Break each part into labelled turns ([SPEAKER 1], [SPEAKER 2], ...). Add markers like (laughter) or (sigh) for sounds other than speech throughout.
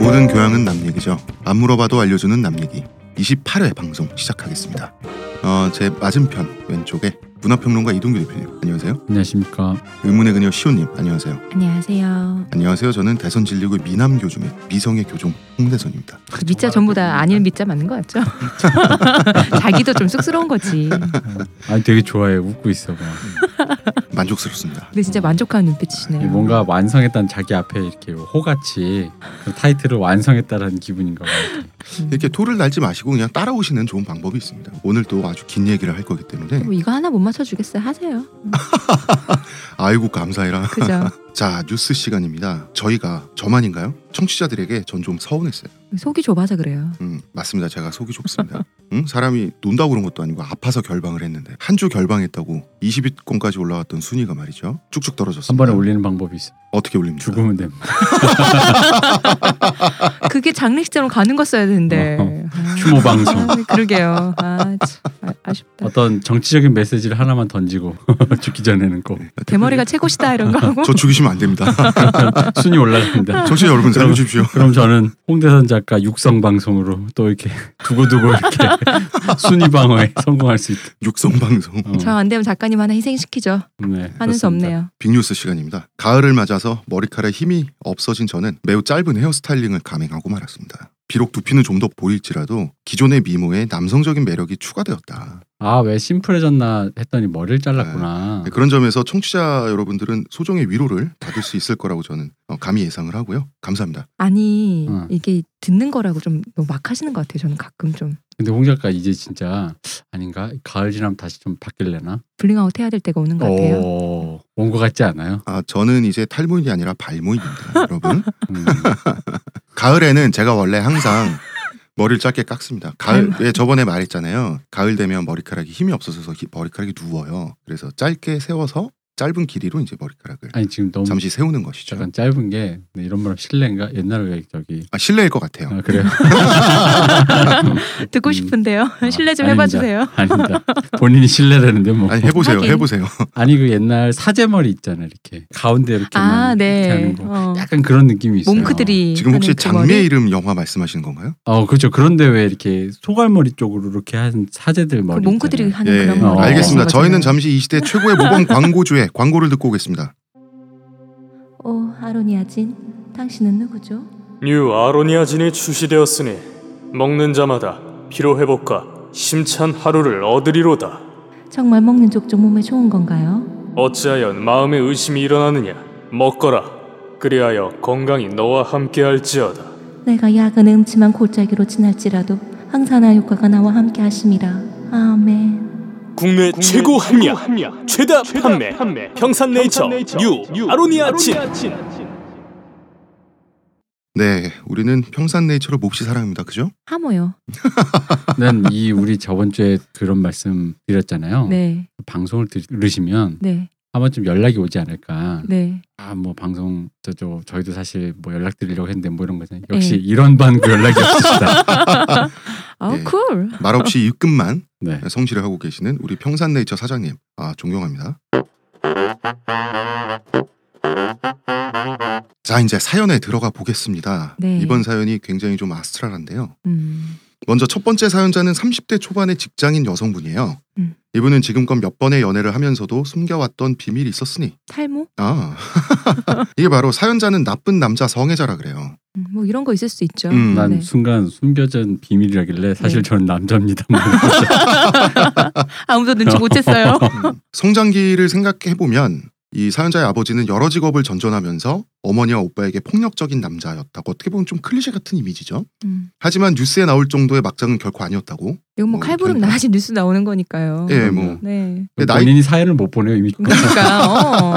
[SPEAKER 1] 모든 교양은 남 얘기죠. 안 물어봐도 알려주는 남 얘기. 28회 방송 시작하겠습니다. 어, 제 맞은편 왼쪽에 문화평론가 이동규 대표님 안녕하세요.
[SPEAKER 2] 안녕하십니까.
[SPEAKER 1] 의문의 그녀 시호님 안녕하세요.
[SPEAKER 2] 아,
[SPEAKER 3] 안녕하세요.
[SPEAKER 1] 안녕하세요. 저는 대선 진리구 미남 교주 및 미성의 교종 홍대선입니다.
[SPEAKER 3] 그 미자 전부 다 아닐 미자 맞는 거 같죠? (laughs) 자기도 좀 쑥스러운 거지.
[SPEAKER 2] 아니 되게 좋아해 웃고 있어. 막.
[SPEAKER 1] 만족스럽습니다.
[SPEAKER 3] 근데 진짜 만족하는 눈빛이시네요.
[SPEAKER 2] 뭔가 완성했다는 자기 앞에 이렇게 호같이 그 타이틀을 완성했다라는 기분인가 봐.
[SPEAKER 1] 이렇게 토를 날지 마시고 그냥 따라오시는 좋은 방법이 있습니다. 오늘도 아주 긴 얘기를 할 거기 때문에
[SPEAKER 3] 뭐 이거 하나 못 맞춰주겠어요? 하세요.
[SPEAKER 1] 아이고 감사해라.
[SPEAKER 2] (laughs)
[SPEAKER 3] 그죠?
[SPEAKER 1] 자 뉴스 시간입니다. 저희가 저만인가요? 청취자들에게 전 좀 서운했어요.
[SPEAKER 3] 속이 좁아서 그래요.
[SPEAKER 1] 음, 맞습니다. 제가 속이
[SPEAKER 2] (laughs)
[SPEAKER 1] 좁습니다. 응? 사람이 논다고 그런 것도 아니고 아파서 결방을 했는데 한 주 결방했다고 20위권까지 올라왔던 순위가 말이죠. 쭉쭉 떨어졌습니다.
[SPEAKER 2] 한 번에 올리는 방법이 있어.
[SPEAKER 1] 어떻게 올립니까?
[SPEAKER 2] 죽으면 됨.
[SPEAKER 3] 그게 장례식장으로 가는 거 써야 되는데.
[SPEAKER 2] 어,
[SPEAKER 3] 아,
[SPEAKER 2] 추모 방송.
[SPEAKER 3] 아, 그러게요. 아, 참, 아, 아쉽다.
[SPEAKER 2] 어떤 정치적인 메시지를 하나만 던지고 (laughs) 죽기 전에는 꼭 (laughs)
[SPEAKER 3] 대머리가 최고시다 이런 거
[SPEAKER 2] 어.
[SPEAKER 3] 하고.
[SPEAKER 1] 저 죽이시면 안 됩니다.
[SPEAKER 2] 순위 올라갑니다.
[SPEAKER 1] 정치 여러분
[SPEAKER 2] 그럼-
[SPEAKER 1] 살려주십시오.
[SPEAKER 2] 그럼 저는 홍대선 작가 육성 방송으로 또 이렇게 두고두고 이렇게 (laughs) 순위 방어에 성공할 수 있다.
[SPEAKER 1] 육성 방송
[SPEAKER 2] 어,
[SPEAKER 3] 저 안 되면 작가님 하나 희생시키죠.
[SPEAKER 2] 네,
[SPEAKER 3] 하는 수
[SPEAKER 2] 그렇습니다.
[SPEAKER 3] 없네요.
[SPEAKER 1] 빅뉴스 시간입니다. 가을을 맞아서 머리카락에 힘이 없어진 저는 매우 짧은 헤어스타일링을 감행하고 말았습니다. 비록 두피는 좀 더 보일지라도 기존의 미모에 남성적인 매력이 추가되었다.
[SPEAKER 2] 아 왜 심플해졌나 했더니 머리를 잘랐구나.
[SPEAKER 1] 네, 그런 점에서 청취자 여러분들은 소정의 위로를 받을 수 있을 거라고 저는 어, 감히 예상을 하고요. 감사합니다.
[SPEAKER 3] 아니
[SPEAKER 2] 응.
[SPEAKER 3] 이게 듣는 거라고 좀 너무 막 하시는 것 같아요. 저는 가끔 좀
[SPEAKER 2] 근데 홍 작가 이제 진짜 아닌가? 가을 지나면 다시 좀 바뀔래나?
[SPEAKER 3] 블링아웃 해야 될 때가 오는 것
[SPEAKER 2] 어.
[SPEAKER 3] 같아요.
[SPEAKER 2] 오, 온 것 같지 않아요?
[SPEAKER 1] 아, 저는 이제 탈모인이 아니라 발모인입니다, (laughs) 여러분.
[SPEAKER 3] (laughs)
[SPEAKER 2] 음,
[SPEAKER 1] 가을에는 제가 원래 항상 머리를 짧게 깎습니다. 가을,
[SPEAKER 3] 음.
[SPEAKER 1] 예, 저번에 말했잖아요. 가을 되면 머리카락이 힘이 없어서 히- 머리카락이 누워요. 그래서 짧게 세워서 짧은 길이로 이제 머리카락을
[SPEAKER 3] 음.
[SPEAKER 2] 아니 지금 너무
[SPEAKER 1] 잠시 세우는 것이죠.
[SPEAKER 2] 약간 짧은 게 네, 이런 말은 실례인가? 옛날에 왜 저기
[SPEAKER 1] 아, 실례일 것 같아요.
[SPEAKER 3] 음.
[SPEAKER 2] 아, 그래요?
[SPEAKER 3] 어. (laughs) 듣고
[SPEAKER 2] 음.
[SPEAKER 3] 싶은데요. (laughs)
[SPEAKER 2] 아,
[SPEAKER 3] 실례 좀
[SPEAKER 2] 아닙니다.
[SPEAKER 3] 해봐주세요.
[SPEAKER 2] 아닙니다. 본인이 실례라는데 뭐.
[SPEAKER 1] 아니, 해보세요,
[SPEAKER 3] 하긴.
[SPEAKER 1] 해보세요.
[SPEAKER 2] 아니 그 옛날 사제머리 있잖아 요 이렇게 가운데 이렇게만
[SPEAKER 3] 아,
[SPEAKER 2] 이렇게
[SPEAKER 3] 네.
[SPEAKER 2] 하는 거.
[SPEAKER 3] 어.
[SPEAKER 2] 약간 그런 느낌이 있어요.
[SPEAKER 3] 몽크들이
[SPEAKER 1] 아, 지금 혹시
[SPEAKER 3] 하는 그 머리?
[SPEAKER 1] 장미의 이름 영화 말씀하시는 건가요?
[SPEAKER 2] 어 그렇죠. 그런데 왜 이렇게 소갈머리 쪽으로 이렇게 한 사제들
[SPEAKER 3] 그
[SPEAKER 2] 머리.
[SPEAKER 3] 몽크들이
[SPEAKER 2] 있잖아요.
[SPEAKER 3] 하는
[SPEAKER 1] 예,
[SPEAKER 3] 그런
[SPEAKER 2] 어.
[SPEAKER 3] 머리
[SPEAKER 1] 알겠습니다.
[SPEAKER 3] 말씀하시는
[SPEAKER 1] 저희는
[SPEAKER 3] 거잖아요.
[SPEAKER 1] 잠시 이 시대 최고의
[SPEAKER 3] (laughs)
[SPEAKER 1] 모범 광고주의 광고를 듣고 오겠습니다.
[SPEAKER 3] 오 어, 아로니아진 당신은 누구죠?
[SPEAKER 4] 뉴 아로니아진이 출시되었으니 먹는 자마다 피로 회복과 심찬 하루를 얻으리로다.
[SPEAKER 3] 정말 먹는 족족 몸에 좋은 건가요?
[SPEAKER 4] 어찌하여 마음에 의심이 일어나느냐? 먹거라. 그리하여 건강이 너와 함께할지어다.
[SPEAKER 3] 내가 야근의 음침한 골짜기로 지날지라도 항산화 효과가 나와 함께 하심이라 아멘
[SPEAKER 4] 국내, 최고 합리화, 최다, 판매, 평산네이처, 뉴, 아로니아진.
[SPEAKER 1] 네, 우리는 평산네이처로 몹시 사랑합니다.
[SPEAKER 3] (laughs)
[SPEAKER 1] 그죠?
[SPEAKER 3] 하모요
[SPEAKER 2] 난 이 우리 저번 주에 그런 말씀 드렸잖아요.
[SPEAKER 3] (laughs) 네
[SPEAKER 2] 방송을 들으시면
[SPEAKER 3] 네,
[SPEAKER 2] 아마 좀 연락이 오지 않을까.
[SPEAKER 3] 네.
[SPEAKER 2] 아 뭐 방송 저저 저희도 사실 뭐 연락 드리려고 했는데 뭐 이런 거잖아요.
[SPEAKER 1] 네.
[SPEAKER 2] 역시
[SPEAKER 3] 예.
[SPEAKER 2] 이런 반 그 연락이
[SPEAKER 1] (laughs)
[SPEAKER 2] 없으시다.
[SPEAKER 3] 아우
[SPEAKER 1] 예.
[SPEAKER 3] 쿨
[SPEAKER 1] 말없이 입금만
[SPEAKER 2] 네.
[SPEAKER 1] 성실히 하고 계시는 우리 평산네이처 사장님, 아 존경합니다. 자, 이제 사연에 들어가 보겠습니다.
[SPEAKER 3] 네.
[SPEAKER 1] 이번 사연이 굉장히 좀 아스트랄한데요.
[SPEAKER 3] 음.
[SPEAKER 1] 먼저 첫 번째 사연자는 30대 초반의 직장인 여성분이에요.
[SPEAKER 3] 음.
[SPEAKER 1] 이분은 지금껏 몇 번의 연애를 하면서도 숨겨왔던 비밀이 있었으니
[SPEAKER 3] 탈모?
[SPEAKER 1] 아 (laughs) 이게 바로 사연자는 나쁜 남자 성애자라 그래요.
[SPEAKER 3] 음, 뭐 이런 거 있을 수 있죠
[SPEAKER 1] 음.
[SPEAKER 2] 난
[SPEAKER 3] 네.
[SPEAKER 2] 순간 숨겨진 비밀이라길래 사실
[SPEAKER 3] 네.
[SPEAKER 2] 저는 남자입니다.
[SPEAKER 3] 아무도 눈치 못 챘어요
[SPEAKER 1] (laughs) 성장기를 생각해 보면 이 사연자의 아버지는 여러 직업을 전전하면서 어머니와 오빠에게 폭력적인 남자였다고 어떻게 보면 좀 클리셰 같은 이미지죠.
[SPEAKER 3] (laughs) 음.
[SPEAKER 1] 하지만 뉴스에 나올 정도의 막장은 결코 아니었다고.
[SPEAKER 3] 이건 뭐
[SPEAKER 1] 뭐
[SPEAKER 3] 칼부름
[SPEAKER 1] 괜찮다.
[SPEAKER 3] 나야지 뉴스 나오는 거니까요
[SPEAKER 1] 예, 뭐
[SPEAKER 3] 네
[SPEAKER 1] (laughs) 근데 나이- 네.
[SPEAKER 2] (laughs) 본인이 사연을 못 보내요 이미.
[SPEAKER 3] 그러니까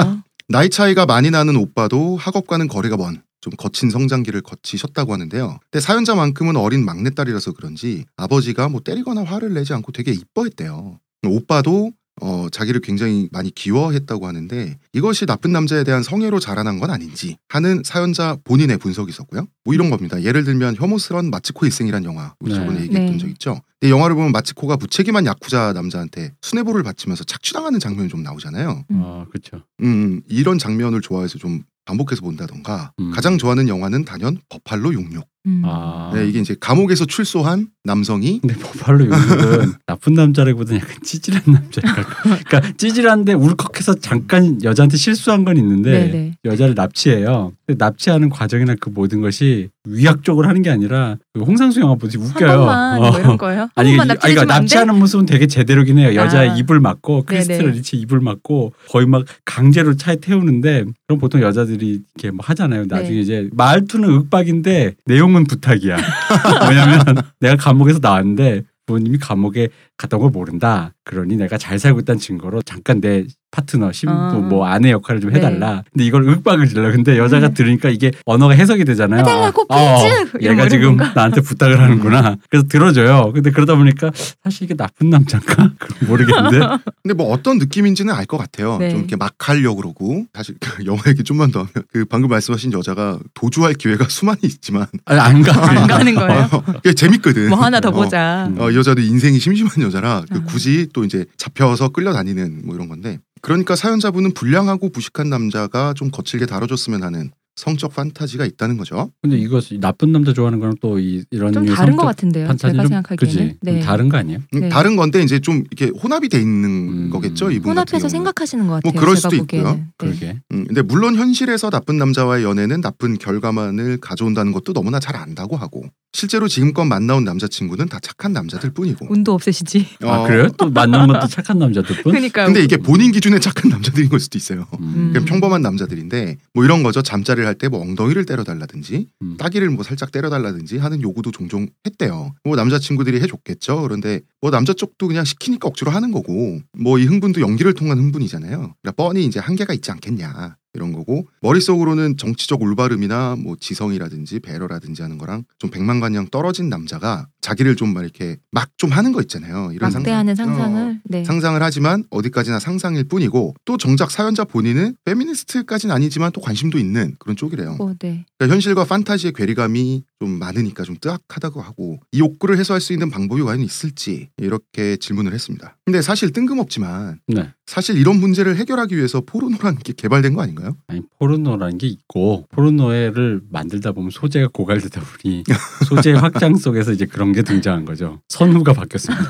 [SPEAKER 2] (laughs)
[SPEAKER 3] 어.
[SPEAKER 1] 나이 차이가 많이 나는 오빠도 학업과는 거리가 먼. 좀 거친 성장기를 거치셨다고 하는데요. 근데 사연자만큼은 어린 막내딸이라서 그런지 아버지가 뭐 때리거나 화를 내지 않고 되게 이뻐했대요. 오빠도 어, 자기를 굉장히 많이 기워했다고 하는데 이것이 나쁜 남자에 대한 성애로 자라난 건 아닌지 하는 사연자 본인의 분석이 있었고요. 뭐 이런 겁니다. 예를 들면 혐오스런 마츠코 일생이란 영화 우리
[SPEAKER 2] 네.
[SPEAKER 1] 저번에 얘기했던
[SPEAKER 3] 네.
[SPEAKER 1] 적 있죠. 근데 영화를 보면 마츠코가 무책임한 야쿠자 남자한테 수뇌부를 바치면서 착취당하는 장면이 좀 나오잖아요.
[SPEAKER 2] 아 그렇죠.
[SPEAKER 1] 음, 이런 장면을 좋아해서 좀 반복해서 본다던가
[SPEAKER 2] 음.
[SPEAKER 1] 가장 좋아하는 영화는 단연 버팔로 66
[SPEAKER 3] 음.
[SPEAKER 2] 아.
[SPEAKER 1] 네, 이게 이제 감옥에서 출소한 남성이
[SPEAKER 2] 근데 보팔로 요즘은 나쁜 남자라기보다는 약간 찌질한 남자랄까.
[SPEAKER 1] (laughs)
[SPEAKER 2] 그러니까 찌질한데 울컥해서 잠깐 여자한테 실수한 건 있는데
[SPEAKER 3] 네네.
[SPEAKER 2] 여자를 납치해요. 근데 납치하는 과정이나 그 모든 것이 위약적으로 하는 게 아니라 그 홍상수 영화 보듯이
[SPEAKER 3] 한
[SPEAKER 2] 웃겨요.
[SPEAKER 3] 번만
[SPEAKER 2] 어.
[SPEAKER 3] 뭐 이런 거요? 한
[SPEAKER 2] 아니, 이게-
[SPEAKER 3] 번만
[SPEAKER 2] 아니,
[SPEAKER 3] 납치해주면
[SPEAKER 2] 그러니까
[SPEAKER 3] 안 돼?
[SPEAKER 2] 납치하는 모습은 되게 제대로긴 해요. 여자의
[SPEAKER 3] 아.
[SPEAKER 2] 입을 맞고 크리스티나
[SPEAKER 3] 네네.
[SPEAKER 2] 리치 입을 맞고 거의 막 강제로 차에 태우는데 그럼 보통 여자들이 이렇게 뭐 하잖아요. 나중에
[SPEAKER 3] 네.
[SPEAKER 2] 이제 말투는 윽박인데 내용은 부탁이야. (laughs) 왜냐면 내가 감옥에서 나왔는데 부모님이 감옥에 갔던 걸 모른다. 그러니 내가 잘 살고 있다는 증거로 잠깐 내 파트너 신부
[SPEAKER 3] 아. 네.
[SPEAKER 2] 뭐 아내 역할을 좀 해달라. 근데 이걸 윽박을 질러. 근데 여자가 들으니까 이게 언어가 해석이 되잖아요.
[SPEAKER 3] 음. 해달라고
[SPEAKER 2] 아, 어,
[SPEAKER 3] 빌즈! 이런 거
[SPEAKER 2] 얘가
[SPEAKER 3] 이런
[SPEAKER 2] 지금
[SPEAKER 3] 건가?
[SPEAKER 2] (laughs) 나한테 부탁을 하는구나. 그래서 들어줘요. 근데 그러다 보니까 사실 이게 나쁜 남자인가? (laughs) 그건
[SPEAKER 1] (laughs)
[SPEAKER 2] 모르겠는데.
[SPEAKER 1] 근데 뭐 어떤 느낌인지는 알 것 같아요.
[SPEAKER 3] 네.
[SPEAKER 1] 좀 이렇게 막 하려고 그러고 사실 그 (laughs) 영화 얘기 좀만 더 하면 그 방금 말씀하신 여자가 도주할 기회가 수많이
[SPEAKER 3] (laughs)
[SPEAKER 1] 있지만
[SPEAKER 2] 아니, 안 가.
[SPEAKER 3] 안 가는 거예요?
[SPEAKER 1] 어, 그게 재밌거든.
[SPEAKER 3] 뭐 하나 더
[SPEAKER 1] 어,
[SPEAKER 3] 보자.
[SPEAKER 2] 음.
[SPEAKER 1] 어, 이 여자도 인생이 심심한 여자라 그
[SPEAKER 3] 아.
[SPEAKER 1] 굳이 또 이제 잡혀서 끌려다니는 뭐 이런 건데 그러니까 사연자분은 불량하고 부식한 남자가 좀 거칠게 다뤄줬으면 하는 성적 판타지가 있다는 거죠.
[SPEAKER 2] 근데 이거 나쁜 남자 좋아하는 거랑 또 이, 런
[SPEAKER 3] 좀 다른 것 같은데요. 제가 생각하기에는.
[SPEAKER 2] 음. 그지? 좀 다른 거 아니에요?
[SPEAKER 1] 음,
[SPEAKER 3] 네.
[SPEAKER 1] 다른 건데 이제 좀 이렇게 혼합이 돼 있는
[SPEAKER 2] 음.
[SPEAKER 1] 거겠죠 이분
[SPEAKER 3] 혼
[SPEAKER 1] 같은 경우는.
[SPEAKER 3] 앞에서 생각하시는 것
[SPEAKER 1] 뭐
[SPEAKER 3] 같아요.
[SPEAKER 1] 그럴
[SPEAKER 3] 제가
[SPEAKER 1] 수도
[SPEAKER 3] 보기에는.
[SPEAKER 1] 있고요.
[SPEAKER 3] 네.
[SPEAKER 2] 그러게.
[SPEAKER 1] 음, 근데 물론 현실에서 나쁜 남자와의 연애는 나쁜 결과만을 가져온다는 것도 너무나 잘 안다고 하고 실제로 지금껏 만나온 남자친구는 다 착한
[SPEAKER 3] 아.
[SPEAKER 1] 남자들 뿐이고.
[SPEAKER 2] (laughs)
[SPEAKER 3] 운도 없으시지.
[SPEAKER 2] 아
[SPEAKER 1] 어,
[SPEAKER 2] 그래요? 또 만난 것도 착한 남자들 뿐?
[SPEAKER 3] 그러니까.
[SPEAKER 1] 근데 이게 본인 기준에 착한 남자들인 걸 수도 있어요.
[SPEAKER 2] 음.
[SPEAKER 1] 그냥
[SPEAKER 3] 음.
[SPEAKER 1] 그러니까 평범한 남자들인데 뭐 이런 거죠. 잠자리를 할 때 뭐 엉덩이를 때려달라든지
[SPEAKER 2] 음.
[SPEAKER 1] 따귀를 뭐 살짝 때려달라든지 하는 요구도 종종 했대요. 뭐 남자친구들이 해줬겠죠. 그런데 뭐 남자 쪽도 그냥 시키니까 억지로 하는 거고 뭐 이 흥분도 연기를 통한 흥분이잖아요. 그러니까 뻔히 이제 한계가 있지 않겠냐 이런 거고 머릿속으로는 정치적 올바름이나 뭐 지성이라든지 배려라든지 하는 거랑 좀 백만관량 떨어진 남자가 자기를 좀 막 이렇게 막 좀 하는 거 있잖아요. 이런
[SPEAKER 3] 막대하는
[SPEAKER 1] 상상. 어.
[SPEAKER 3] 상상을. 네.
[SPEAKER 1] 상상을 하지만 어디까지나 상상일 뿐이고 또 정작 사연자 본인은 페미니스트까지는 아니지만 또 관심도 있는 그런 쪽이래요.
[SPEAKER 3] 어, 네.
[SPEAKER 1] 그러니까 현실과 판타지의 괴리감이 좀 많으니까 좀 뜨악하다고 하고 이 욕구를 해소할 수 있는 방법이 과연 있을지 이렇게 질문을 했습니다. 근데 사실 뜬금없지만
[SPEAKER 2] 네.
[SPEAKER 1] 사실 이런 문제를 해결하기 위해서 포르노라는 게 개발된 거 아닌가요?
[SPEAKER 2] 아니 포르노라는 게 있고 포르노를 만들다 보면 소재가 고갈되다
[SPEAKER 1] (laughs)
[SPEAKER 2] 보니 소재 확장 속에서 이제 그런 게 등장한 거죠. 선후가 바뀌었습니다.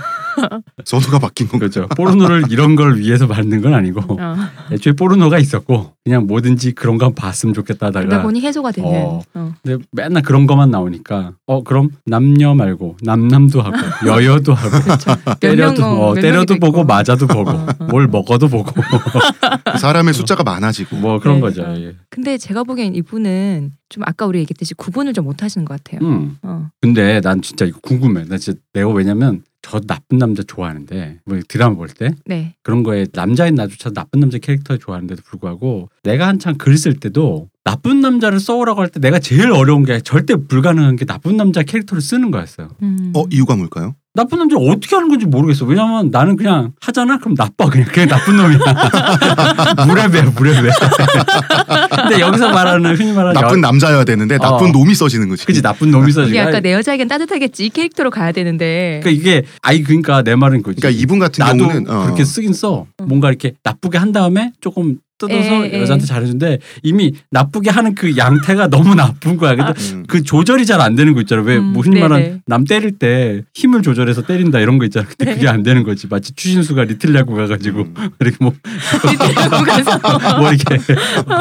[SPEAKER 1] 선호가 바뀐 건가요?
[SPEAKER 2] 그렇죠. 포르노를 이런 걸 위해서 만든 건 아니고 (laughs)
[SPEAKER 3] 어.
[SPEAKER 2] 애초에 포르노가 있었고 그냥 뭐든지 그런 거 봤으면 좋겠다
[SPEAKER 3] 그러다
[SPEAKER 2] 하다가
[SPEAKER 3] 보니 해소가 되는.
[SPEAKER 2] 어.
[SPEAKER 3] 어.
[SPEAKER 2] 근데 맨날 그런 거만 나오니까 어 그럼 남녀 말고 남남도 하고
[SPEAKER 3] (laughs)
[SPEAKER 2] 여여도 하고
[SPEAKER 3] 그렇죠.
[SPEAKER 2] (laughs) 때려도
[SPEAKER 3] 명,
[SPEAKER 2] 어,
[SPEAKER 3] 몇
[SPEAKER 2] 때려도
[SPEAKER 3] 명이 됐고.
[SPEAKER 2] 보고 맞아도 보고
[SPEAKER 3] 어, 어.
[SPEAKER 2] (laughs) 뭘 먹어도
[SPEAKER 3] (laughs)
[SPEAKER 2] 보고 그렇죠.
[SPEAKER 1] 사람의 숫자가 많아지고
[SPEAKER 2] 뭐 그런
[SPEAKER 3] 네.
[SPEAKER 2] 거죠.
[SPEAKER 3] 어.
[SPEAKER 2] 예.
[SPEAKER 3] 근데 제가 보기엔 이분은 좀 아까 우리 얘기했듯이 구분을 좀 못하시는 것 같아요.
[SPEAKER 2] 음.
[SPEAKER 3] 어.
[SPEAKER 2] 근데 난 진짜 이거 궁금해. 나 진짜 내가 왜냐면 저 나쁜 남자 좋아하는데 뭐 드라마 볼 때
[SPEAKER 3] 네.
[SPEAKER 2] 그런 거에 남자인 나조차 나쁜 남자 캐릭터 좋아하는데도 불구하고 내가 한창 글 쓸 때도 나쁜 남자를 써오라고 할 때 내가 제일 어려운 게 절대 불가능한 게 나쁜 남자 캐릭터를 쓰는 거였어요.
[SPEAKER 3] 음.
[SPEAKER 1] 어 이유가 뭘까요?
[SPEAKER 2] 나쁜 남자 를 어떻게 하는 건지 모르겠어. 왜냐면 나는 그냥 하잖아? 그럼 나빠. 그냥 그냥 나쁜 놈이야. (laughs) 무례배, 무례배. (laughs) 근데 여기서 말하는 흔히 말하는
[SPEAKER 1] 나쁜 남자여야 되는데 나쁜
[SPEAKER 2] 어.
[SPEAKER 1] 놈이 써지는 거지.
[SPEAKER 2] 아, 그지 나쁜 놈이서
[SPEAKER 3] 이게
[SPEAKER 2] 지금.
[SPEAKER 3] 아까 내 여자에겐 따뜻하겠지 이 캐릭터로 가야 되는데.
[SPEAKER 2] 그러니까 이게 아이 그러니까 내 말은 그지.
[SPEAKER 1] 그러니까 이분 같은
[SPEAKER 2] 나도
[SPEAKER 1] 경우는 어.
[SPEAKER 2] 그렇게 쓰긴 써.
[SPEAKER 3] 음.
[SPEAKER 2] 뭔가 이렇게 나쁘게 한 다음에 조금 뜯어서
[SPEAKER 3] 에, 에.
[SPEAKER 2] 여자한테 잘해준데 이미 나쁘게 하는 그 양태가 (laughs) 너무 나쁜 거야. 근데
[SPEAKER 1] 음.
[SPEAKER 2] 그 조절이 잘 안 되는 거 있잖아. 왜
[SPEAKER 3] 음,
[SPEAKER 2] 무슨
[SPEAKER 3] 네네.
[SPEAKER 2] 말한 남 때릴 때 힘을 조절해서 때린다 이런 거 있잖아. 근데
[SPEAKER 3] 네.
[SPEAKER 2] 그게 안 되는 거지. 마치 추신수가 리틀리아고 가가지고
[SPEAKER 1] 음.
[SPEAKER 2] 이렇게 뭐, (laughs)
[SPEAKER 3] 뒤태우고 가서.
[SPEAKER 2] 뭐
[SPEAKER 3] (laughs)
[SPEAKER 2] 이렇게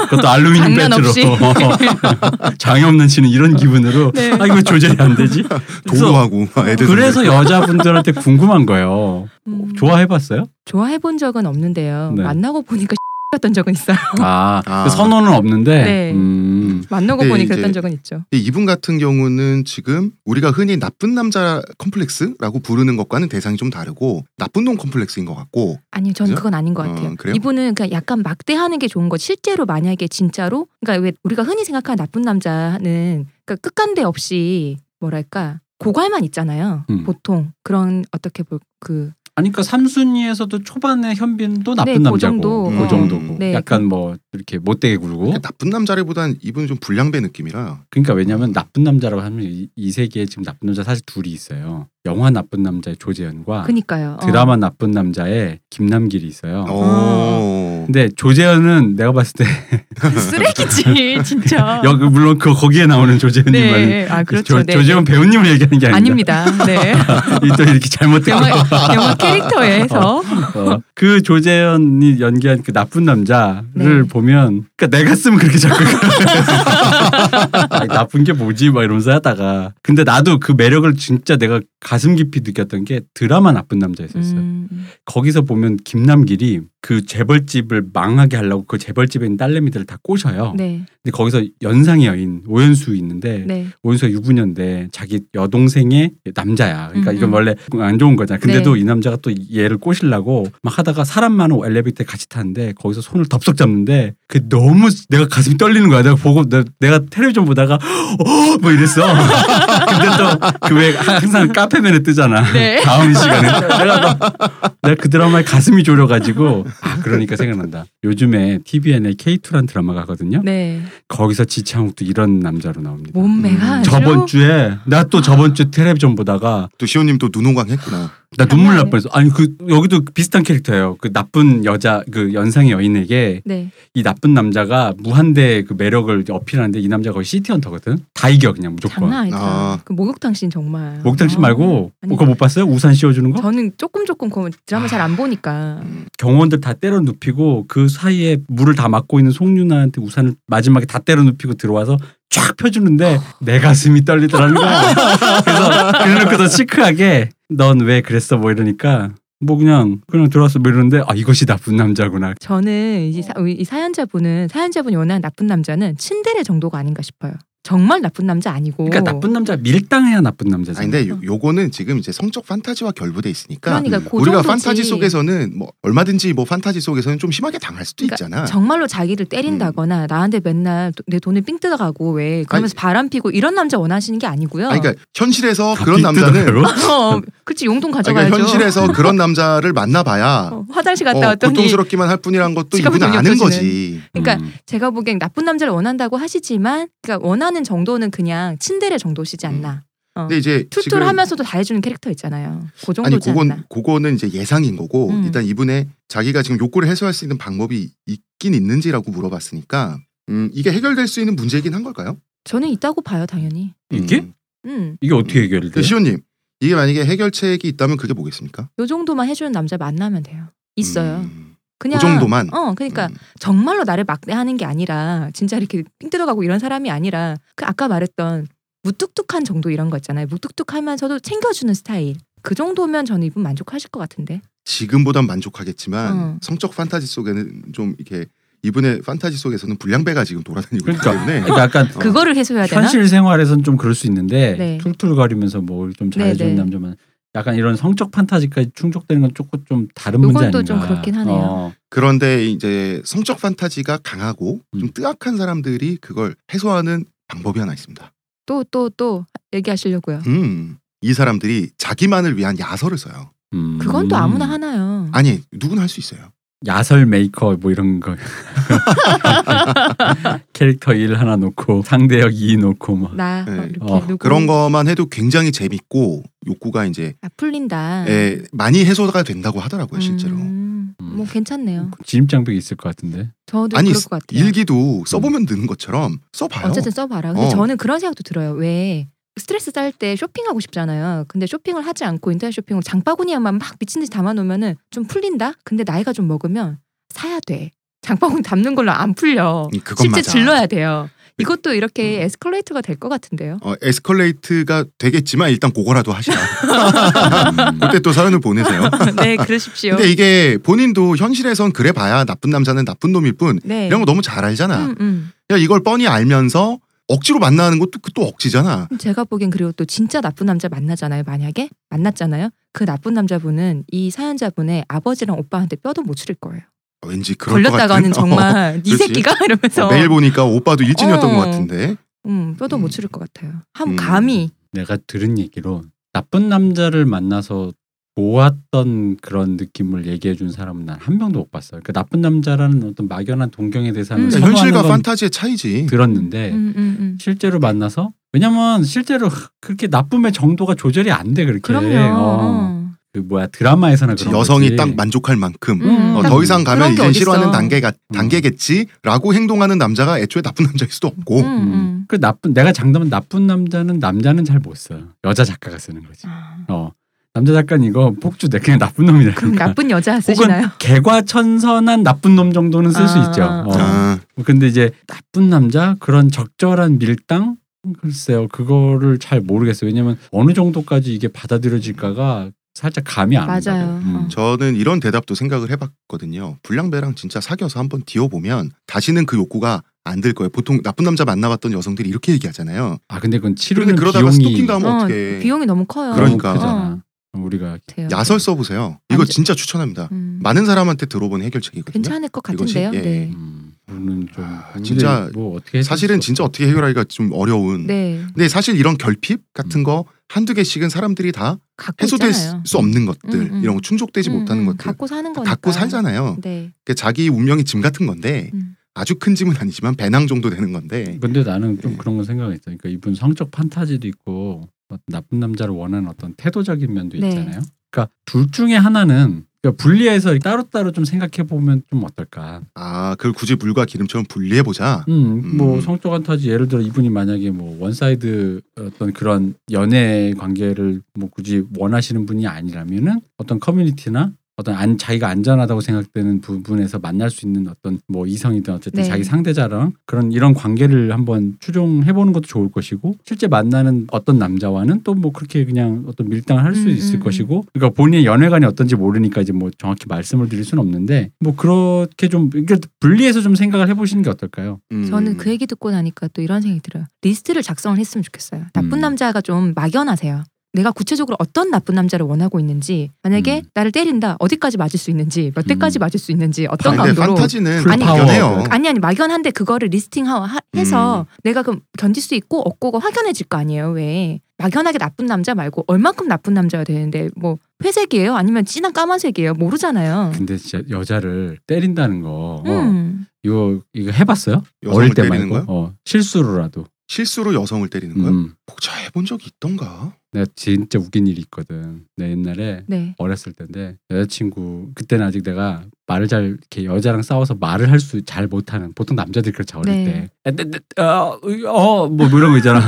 [SPEAKER 2] 그것도 알루미늄
[SPEAKER 3] 장난
[SPEAKER 2] 배트로
[SPEAKER 3] 없이.
[SPEAKER 2] (laughs) 어. 장애 없는 치는 이런 기분으로
[SPEAKER 3] 네.
[SPEAKER 2] 아 이거 조절이
[SPEAKER 1] (laughs)
[SPEAKER 2] 안 되지. 그래서,
[SPEAKER 1] 도구하고 애들
[SPEAKER 2] 그래서 여자분들한테 궁금한 거예요.
[SPEAKER 3] (laughs) 음.
[SPEAKER 2] 좋아해봤어요?
[SPEAKER 3] 좋아해 본 적은 없는데요.
[SPEAKER 2] 네.
[SPEAKER 3] 만나고 보니까 (laughs) 같던 적은 있어요.
[SPEAKER 2] 아,
[SPEAKER 1] 아.
[SPEAKER 2] 그 선호는 없는데.
[SPEAKER 3] 네.
[SPEAKER 2] 음.
[SPEAKER 3] 만나고
[SPEAKER 1] 네,
[SPEAKER 3] 보니
[SPEAKER 1] 이제-
[SPEAKER 3] 그랬던 적은 있죠.
[SPEAKER 1] 이- 이분 같은 경우는 지금 우리가 흔히 나쁜 남자 컴플렉스라고 부르는 것과는 대상이 좀 다르고 나쁜 놈 컴플렉스인 것 같고
[SPEAKER 3] 아니요, 저는
[SPEAKER 1] 그죠?
[SPEAKER 3] 그건 아닌 것
[SPEAKER 1] 어,
[SPEAKER 3] 같아요.
[SPEAKER 1] 그래요?
[SPEAKER 3] 이분은 그냥 약간 막대하는 게 좋은 거. 실제로 만약에 진짜로, 그러니까 왜 우리가 흔히 생각하는 나쁜 남자는 그러니까 끝간데 없이 뭐랄까 고갈만 있잖아요.
[SPEAKER 2] 음.
[SPEAKER 3] 보통 그런 어떻게 볼그
[SPEAKER 2] 아니 그러니까 삼순이에서도 초반에 현빈도 나쁜
[SPEAKER 3] 네, 그
[SPEAKER 2] 남자고
[SPEAKER 3] 정도.
[SPEAKER 2] 그
[SPEAKER 1] 어.
[SPEAKER 2] 정도고
[SPEAKER 3] 네,
[SPEAKER 2] 약간 뭐 이렇게 못되게 굴고
[SPEAKER 1] 그러니까 나쁜 남자리보단 이분은 좀 불량배 느낌이라
[SPEAKER 2] 그러니까 왜냐하면 나쁜 남자라고 하면 이, 이 세계에 지금 나쁜 남자 사실 둘이 있어요. 영화 나쁜 남자의 조재현과
[SPEAKER 3] 그니까요. 어.
[SPEAKER 2] 아, 드라마 나쁜 남자의 김남길이 있어요.
[SPEAKER 3] 아.
[SPEAKER 1] 어.
[SPEAKER 2] 근데 조재현은 내가 봤을 때
[SPEAKER 3] 쓰레기지
[SPEAKER 2] (laughs)
[SPEAKER 3] 진짜.
[SPEAKER 2] 여- 물론 그 거기에 나오는 조재현님 말은
[SPEAKER 3] 어. 네, 아 그렇죠.
[SPEAKER 2] 조,
[SPEAKER 3] 네.
[SPEAKER 2] 조재현 배우님을 얘기하는 게 아니라 (laughs)
[SPEAKER 3] 아닙니다. 네,
[SPEAKER 2] 또 이렇게 잘못된 (laughs)
[SPEAKER 3] 영화, 영화 캐릭터에서 음,
[SPEAKER 2] 어, (laughs) 그 조재현이 연기한 그 나쁜 남자를
[SPEAKER 3] 네.
[SPEAKER 2] 보면 그러니까 내가 쓰면 그렇게 자꾸 (laughs) 아, 나쁜 게 뭐지 막 이러면서 하다가 근데 나도 그 매력을 진짜 내가 가슴 깊이 느꼈던 게 드라마 나쁜 남자였었어요.
[SPEAKER 3] 음,
[SPEAKER 2] 거기서 보면 김남길이 그 재벌집을 망하게 하려고 그 재벌집에 있는 딸내미들을 다 꼬셔요.
[SPEAKER 3] 네,
[SPEAKER 2] 근데 거기서 연상의 여인 오연수 있는데
[SPEAKER 3] 네,
[SPEAKER 2] 오연수가 유부녀인데 자기 여동생의 남자야. 그러니까
[SPEAKER 3] 음,
[SPEAKER 2] 이건
[SPEAKER 3] 음.
[SPEAKER 2] 원래 안 좋은 거잖아. 근데도
[SPEAKER 3] 네.
[SPEAKER 2] 이 남자가 또 얘를 꼬시려고 막 하다가 사람 많은 엘리베이터에 같이 타는데 거기서 손을 덥석 잡는데 그 너무 내가 가슴이 떨리는 거야. 내가 보고 내, 내가 텔레비전 보다가 어뭐 이랬어. (laughs) 근데 또 그 왜 항상 카페맨에 뜨잖아.
[SPEAKER 3] 네.
[SPEAKER 2] (laughs) 다음 시간에 내가 막 내가 그 드라마에 가슴이 졸여가지고 아 그러니까 생각난다. 요즘에 TVN에 K2란 드라마가 하거든요.
[SPEAKER 3] 네.
[SPEAKER 2] 거기서 지창욱도 이런 남자로 나옵니다.
[SPEAKER 3] 몸매가
[SPEAKER 2] 음,
[SPEAKER 3] 아주
[SPEAKER 2] 저번 주에 나 또 저번 주 텔레비전 보다가
[SPEAKER 1] 또 시호님 또 눈호강 했구나.
[SPEAKER 2] 나 눈물 날
[SPEAKER 3] 장난
[SPEAKER 2] 뻔했어. 아니 그 여기도 비슷한 캐릭터예요. 그 나쁜 여자 그 연상의 여인에게
[SPEAKER 3] 네,
[SPEAKER 2] 이 나쁜 남자가 무한대 그 매력을 어필하는데 이 남자가 거의 시티헌터거든. 다 이겨 그냥 무조건.
[SPEAKER 3] 장난 아니다.
[SPEAKER 1] 아.
[SPEAKER 3] 그 목욕탕 씬 정말.
[SPEAKER 2] 목욕탕 씬
[SPEAKER 3] 아.
[SPEAKER 2] 말고
[SPEAKER 3] 아니.
[SPEAKER 2] 그거 못 봤어요? 우산 씌워주는 거?
[SPEAKER 3] 저는 조금 조금 그 드라마 잘 안 보니까
[SPEAKER 1] 음.
[SPEAKER 2] 경호원들 다 때려 눕히고 그 사이에 물을 다 막고 있는 송윤아한테 우산을 마지막에 다 때려 눕히고 들어와서 쫙 펴주는데 내 가슴이 떨리더라는 거야. 그래서 그래놓고서 시크하게 넌 왜 그랬어 뭐 이러니까 뭐 그냥 그냥 들어왔어 뭐 이러는데 아 이것이 나쁜 남자구나.
[SPEAKER 3] 저는 이, 사, 이 사연자분은 사연자분이 원하는 나쁜 남자는 츤데레 정도가 아닌가 싶어요. 정말 나쁜 남자 아니고.
[SPEAKER 2] 그러니까 나쁜 남자 밀당해야 나쁜 남자잖아.
[SPEAKER 1] 아니 근데 요, 요거는 지금 이제 성적 판타지와 결부돼 있으니까
[SPEAKER 3] 그러니까 그
[SPEAKER 1] 우리가
[SPEAKER 3] 정도지.
[SPEAKER 1] 판타지 속에서는 뭐 얼마든지 뭐 판타지 속에서는 좀 심하게 당할 수도
[SPEAKER 3] 그러니까
[SPEAKER 1] 있잖아.
[SPEAKER 3] 정말로 자기를 때린다거나
[SPEAKER 1] 음.
[SPEAKER 3] 나한테 맨날 도- 내 돈을 삥 뜯어가고 왜 그러면서 바람 피고 이런 남자 원하시는 게 아니고요.
[SPEAKER 1] 아니, 그러니까 현실에서
[SPEAKER 2] 다
[SPEAKER 1] 그런 남자는
[SPEAKER 2] 삐뚤어요?
[SPEAKER 3] 어, 그렇지 용돈
[SPEAKER 1] 아니, 그러니까
[SPEAKER 3] 가져가야죠.
[SPEAKER 1] 현실에서 그런 남자를 만나봐야
[SPEAKER 3] 어, 화장실 갔다
[SPEAKER 1] 어,
[SPEAKER 3] 왔더니
[SPEAKER 1] 고통스럽기만 할 뿐이란 것도
[SPEAKER 3] 지갑을
[SPEAKER 1] 이분은 아는 거지.
[SPEAKER 3] 돌려줘지는. 그러니까
[SPEAKER 2] 음.
[SPEAKER 3] 제가 보기엔 나쁜 남자를 원한다고 하시지만 그러니까 원하는 정도는 그냥 츤데레 정도시지 않나.
[SPEAKER 1] 근데 이제 음, 지금
[SPEAKER 3] 툴툴하면서도 다 해주는 캐릭터 있잖아요. 그
[SPEAKER 1] 아니
[SPEAKER 3] 정도지
[SPEAKER 1] 그건
[SPEAKER 3] 않나.
[SPEAKER 1] 그거는 이제 예상인 거고
[SPEAKER 3] 음.
[SPEAKER 1] 일단 이분의 자기가 지금 욕구를 해소할 수 있는 방법이 있긴 있는지라고 물어봤으니까 음, 이게 해결될 수 있는 문제이긴 한 걸까요?
[SPEAKER 3] 저는 있다고 봐요 당연히.
[SPEAKER 2] 이게 네.
[SPEAKER 1] 음.
[SPEAKER 3] 음,
[SPEAKER 2] 이게 어떻게 해결돼?
[SPEAKER 1] 시호님 이게 만약에 해결책이 있다면 그게 뭐겠습니까?
[SPEAKER 3] 요 정도만 해주는 남자 만나면 돼요. 있어요.
[SPEAKER 1] 음,
[SPEAKER 3] 그냥
[SPEAKER 1] 그 정도만?
[SPEAKER 3] 어, 그러니까
[SPEAKER 1] 음.
[SPEAKER 3] 정말로 나를 막대하는 게 아니라 진짜 이렇게 삥 들어가고 이런 사람이 아니라 그 아까 말했던 무뚝뚝한 정도 이런 거 있잖아요. 무뚝뚝하면서도 챙겨주는 스타일. 그 정도면 저는 이분 만족하실 것 같은데.
[SPEAKER 1] 지금보단 만족하겠지만
[SPEAKER 3] 음.
[SPEAKER 1] 성적 판타지 속에는 좀 이렇게 이분의 판타지 속에서는 불량배가 지금 돌아다니고
[SPEAKER 2] 그러니까.
[SPEAKER 1] 있기 때문에
[SPEAKER 2] 그러니까 약간
[SPEAKER 1] 어.
[SPEAKER 3] 그거를 해소해야 되나?
[SPEAKER 2] 현실 생활에선 좀 그럴 수 있는데
[SPEAKER 3] 네.
[SPEAKER 2] 툴툴거리면서 뭘 좀 잘해주는
[SPEAKER 3] 네, 네.
[SPEAKER 2] 남자만 약간 이런 성적 판타지까지 충족되는 건 조금 좀 다른
[SPEAKER 3] 요건
[SPEAKER 2] 문제 아닌가.
[SPEAKER 3] 또좀 그렇긴 하네요.
[SPEAKER 2] 어.
[SPEAKER 1] 그런데 이제 성적 판타지가 강하고 좀
[SPEAKER 2] 음.
[SPEAKER 1] 뜨악한 사람들이 그걸 해소하는 방법이 하나 있습니다.
[SPEAKER 3] 또 또 또 얘기하시려고요.
[SPEAKER 1] 음, 이 사람들이 자기만을 위한 야설을 써요.
[SPEAKER 2] 음.
[SPEAKER 3] 그건 또 아무나 하나요.
[SPEAKER 1] 아니 누구나 할 수 있어요.
[SPEAKER 2] 야설 메이커 뭐 이런 거 (laughs) 캐릭터 일 하나 놓고 상대 역2 놓고 막
[SPEAKER 3] 나
[SPEAKER 1] 네.
[SPEAKER 3] 어, 이렇게
[SPEAKER 2] 어,
[SPEAKER 3] 누구
[SPEAKER 1] 그런 것만 해도 굉장히 재밌고 욕구가 이제
[SPEAKER 3] 아, 풀린다.
[SPEAKER 1] 예, 많이 해소가 된다고 하더라고요 실제로.
[SPEAKER 3] 음,
[SPEAKER 2] 음.
[SPEAKER 3] 뭐 괜찮네요.
[SPEAKER 2] 진입 장벽이 있을 것
[SPEAKER 3] (laughs)
[SPEAKER 2] 같은데
[SPEAKER 3] 저도
[SPEAKER 1] 아니
[SPEAKER 3] 그럴 것 같아요.
[SPEAKER 1] 일기도 써보면 느는 것처럼 써봐요.
[SPEAKER 3] 음. 어쨌든 써봐라. 근데
[SPEAKER 1] 어.
[SPEAKER 3] 저는 그런 생각도 들어요. 왜 스트레스 쌓일 때 쇼핑하고 싶잖아요. 근데 쇼핑을 하지 않고 인터넷 쇼핑을 장바구니에만 막 미친 듯이 담아놓으면은 좀 풀린다. 근데 나이가 좀 먹으면 사야 돼. 장바구니 담는 걸로 안 풀려.
[SPEAKER 1] 음, 그건
[SPEAKER 3] 실제
[SPEAKER 1] 맞아.
[SPEAKER 3] 질러야 돼요. 이것도 이렇게
[SPEAKER 1] 음.
[SPEAKER 3] 에스컬레이터가 될
[SPEAKER 1] (laughs)
[SPEAKER 3] 것 같은데요.
[SPEAKER 1] 어, 에스컬레이트가 되겠지만 일단 그거라도 하시라.
[SPEAKER 2] 음.
[SPEAKER 1] 그때 또 사연을
[SPEAKER 3] (laughs)
[SPEAKER 1] 보내세요.
[SPEAKER 3] 네, 그러십시오.
[SPEAKER 1] 근데 이게 본인도 현실에선 그래 봐야 나쁜 남자는 나쁜 놈일 뿐
[SPEAKER 3] 네.
[SPEAKER 1] 이런 거 너무 잘 알잖아.
[SPEAKER 3] 음, 음.
[SPEAKER 1] 야 이걸 뻔히 알면서 억지로 만나는 것도 그또 억지잖아.
[SPEAKER 3] 음. 제가 보기엔 그리고 또 진짜 나쁜 남자 만나잖아요. 만약에 만났잖아요. 그 나쁜 남자분은 이 사연자분의 아버지랑 오빠한테 뼈도 못 추릴 거예요.
[SPEAKER 1] 왠지 그럴 것 같은. (laughs) 어,
[SPEAKER 3] 걸렸다가는 정말 이
[SPEAKER 1] 그렇지. 아,
[SPEAKER 3] 새끼가 (laughs) 이러면서
[SPEAKER 1] 매일 보니까 오빠도 일진이었던
[SPEAKER 3] 어.
[SPEAKER 1] 것 같은데.
[SPEAKER 3] 음, 뼈도
[SPEAKER 1] 음.
[SPEAKER 3] 못 추릴 것 같아요. 한
[SPEAKER 1] 음.
[SPEAKER 3] 감히
[SPEAKER 2] 내가 들은 얘기로 나쁜 남자를 만나서 좋았던 그런 느낌을 얘기해 준 사람은 난 한 명도 못 봤어요. 그 나쁜 남자라는 어떤 막연한 동경의 대상을
[SPEAKER 3] 음.
[SPEAKER 1] 그러니까
[SPEAKER 2] 선호하는
[SPEAKER 1] 현실과
[SPEAKER 2] 건
[SPEAKER 1] 판타지의 차이지. 네.
[SPEAKER 2] 들었는데
[SPEAKER 3] 음, 음, 음.
[SPEAKER 2] 실제로 만나서 왜냐면 실제로 (laughs) 그렇게 나쁨의 정도가 조절이 안 돼 그렇게.
[SPEAKER 3] 그럼요.
[SPEAKER 2] 어.
[SPEAKER 3] 어.
[SPEAKER 2] 그 뭐야 드라마에서나 그런
[SPEAKER 1] 여성이
[SPEAKER 2] 거지.
[SPEAKER 1] 딱 만족할 만큼
[SPEAKER 3] 음,
[SPEAKER 1] 어,
[SPEAKER 3] 딱
[SPEAKER 1] 더 이상
[SPEAKER 3] 그런
[SPEAKER 1] 가면
[SPEAKER 3] 게
[SPEAKER 1] 이제
[SPEAKER 3] 어딨어.
[SPEAKER 1] 싫어하는 단계가
[SPEAKER 2] 음.
[SPEAKER 1] 단계겠지라고 행동하는 남자가 애초에 나쁜 (laughs) 남자일 수도 없고
[SPEAKER 3] 음, 음.
[SPEAKER 2] 그 나쁜 내가 장담은 나쁜 남자는 남자는 잘 못 써요. 여자 작가가 쓰는 거지.
[SPEAKER 3] 아,
[SPEAKER 2] 어 남자 작가는 이거 폭주돼 그냥 나쁜 그러니까. 놈이라.
[SPEAKER 3] 그럼
[SPEAKER 1] 그러니까
[SPEAKER 3] 나쁜 여자 쓰시나요?
[SPEAKER 2] 혹은 개과천선한 나쁜 놈 정도는 쓸 수
[SPEAKER 3] 아.
[SPEAKER 2] 있죠. 어.
[SPEAKER 1] 아,
[SPEAKER 2] 근데 이제 나쁜 남자 그런 적절한 밀당 글쎄요 그거를 잘 모르겠어요. 왜냐면 어느 정도까지 이게 받아들여질까가 살짝 감이 안 음. 온다.
[SPEAKER 3] 맞아요. 어.
[SPEAKER 1] 저는 이런 대답도 생각을 해봤거든요. 불량배랑 진짜 사귀어서 한번 디어 보면 다시는 그 욕구가 안 들 거예요. 보통 나쁜 남자 만나봤던 여성들이 이렇게 얘기하잖아요.
[SPEAKER 2] 아 근데 그건 치르는
[SPEAKER 1] 그런데 그러다가
[SPEAKER 2] 비용이
[SPEAKER 1] 스토킹 당하면
[SPEAKER 3] 어,
[SPEAKER 1] 어떻게?
[SPEAKER 3] 비용이 너무 커요.
[SPEAKER 2] 너무
[SPEAKER 1] 그러니까.
[SPEAKER 2] 크잖아.
[SPEAKER 3] 어.
[SPEAKER 2] 우리가
[SPEAKER 3] 같아요.
[SPEAKER 1] 야설 써보세요. 이거
[SPEAKER 3] 완전-
[SPEAKER 1] 진짜 추천합니다.
[SPEAKER 3] 음.
[SPEAKER 1] 많은 사람한테 들어본 해결책이거든요.
[SPEAKER 3] 괜찮을 것
[SPEAKER 1] 이것이-
[SPEAKER 3] 같은데요.
[SPEAKER 1] 예.
[SPEAKER 3] 네.
[SPEAKER 2] 음, 저는 좀
[SPEAKER 1] 아,
[SPEAKER 2] 근데
[SPEAKER 1] 진짜
[SPEAKER 2] 뭐 어떻게 해줄
[SPEAKER 1] 사실은
[SPEAKER 2] 수 없어.
[SPEAKER 1] 진짜 어떻게 해결하기가 좀 어려운.
[SPEAKER 3] 네.
[SPEAKER 1] 근데 사실 이런 결핍
[SPEAKER 3] 음.
[SPEAKER 1] 같은 거 한두 개씩은 사람들이 다
[SPEAKER 3] 갖고
[SPEAKER 1] 해소될
[SPEAKER 3] 있잖아요.
[SPEAKER 1] 수 없는 것들
[SPEAKER 3] 음, 음.
[SPEAKER 1] 이런 거 충족되지
[SPEAKER 3] 음,
[SPEAKER 1] 못하는
[SPEAKER 3] 음.
[SPEAKER 1] 것들
[SPEAKER 3] 갖고 사는 거니까.
[SPEAKER 1] 갖고 살잖아요.
[SPEAKER 3] 네.
[SPEAKER 1] 그러니까 자기 운명이 짐 같은 건데
[SPEAKER 3] 음.
[SPEAKER 1] 아주 큰 짐은 아니지만 배낭 정도 되는 건데
[SPEAKER 2] 근데 나는 좀
[SPEAKER 1] 예.
[SPEAKER 2] 그런 거 생각했어. 그러니까 이분 성적 판타지도 있고 어떤 나쁜 남자를 원하는 어떤 태도적인 면도
[SPEAKER 3] 네.
[SPEAKER 2] 있잖아요. 그러니까 둘 중에 하나는 그러니까 분리해서 따로따로 좀 생각해 보면 좀 어떨까.
[SPEAKER 1] 아 그걸 굳이 물과 기름처럼 분리해 보자.
[SPEAKER 2] 음, 뭐
[SPEAKER 1] 음.
[SPEAKER 2] 성적 판타지 예를 들어 이분이 만약에 뭐 원사이드 어떤 그런 연애 관계를 뭐 굳이 원하시는 분이 아니라면은 어떤 커뮤니티나 어떤 안 자기가 안전하다고 생각되는 부분에서 만날 수 있는 어떤 뭐 이성이든 어쨌든
[SPEAKER 3] 네.
[SPEAKER 2] 자기 상대자랑 그런 이런 관계를 한번 추종해 보는 것도 좋을 것이고 실제 만나는 어떤 남자와는 또 뭐 그렇게 그냥 어떤 밀당을 할 수
[SPEAKER 3] 음,
[SPEAKER 2] 있을
[SPEAKER 3] 음,
[SPEAKER 2] 것이고 그러니까 본인의 연애관이 어떤지 모르니까 이제 뭐 정확히 말씀을 드릴 수는 없는데 뭐 그렇게 좀 이게 분리해서 좀 생각을 해보시는 게 어떨까요?
[SPEAKER 1] 음.
[SPEAKER 3] 저는 그 얘기 듣고 나니까 또 이런 생각이 들어요. 리스트를 작성을 했으면 좋겠어요. 나쁜
[SPEAKER 2] 음.
[SPEAKER 3] 남자가 좀 막연하세요. 내가 구체적으로 어떤 나쁜 남자를 원하고 있는지, 만약에
[SPEAKER 2] 음.
[SPEAKER 3] 나를 때린다, 어디까지 맞을 수 있는지, 몇 대까지
[SPEAKER 2] 음.
[SPEAKER 3] 맞을 수 있는지, 어떤
[SPEAKER 1] 근데
[SPEAKER 3] 강도로.
[SPEAKER 1] 판타지는
[SPEAKER 2] 풀 파워.
[SPEAKER 1] 당연해요.
[SPEAKER 3] 아니 아니 막연한데 그거를 리스팅해서 내가 그럼 견딜 수 있고 없고가 확연해질 거 아니에요 왜 막연하게 나쁜 남자 말고 얼만큼 나쁜 남자가 되는데 뭐 회색이에요 아니면 진한 까만색이에요 모르잖아요
[SPEAKER 2] 근데 진짜 여자를 때린다는 거
[SPEAKER 3] 음.
[SPEAKER 2] 이거 이거 해봤어요?
[SPEAKER 1] 여성을
[SPEAKER 2] 어릴 때
[SPEAKER 1] 때리는
[SPEAKER 2] 말고
[SPEAKER 1] 거요?
[SPEAKER 2] 어, 실수로라도.
[SPEAKER 1] 실수로 여성을 때리는 거요?
[SPEAKER 2] 음,
[SPEAKER 1] 복잡해 본 적이 있던가?
[SPEAKER 2] 내가 진짜 웃긴 일이 있거든. 내 옛날에
[SPEAKER 3] 네
[SPEAKER 2] 어렸을 때인데 여자친구 그때는 아직 내가 말을 잘 이렇게 여자랑 싸워서 말을 할 수 잘 못하는 보통 남자들이 그렇죠 어릴
[SPEAKER 3] 네.
[SPEAKER 2] 때. 에, 네, 네, 어, 어, 뭐 이런 거
[SPEAKER 3] (laughs)
[SPEAKER 2] 있잖아.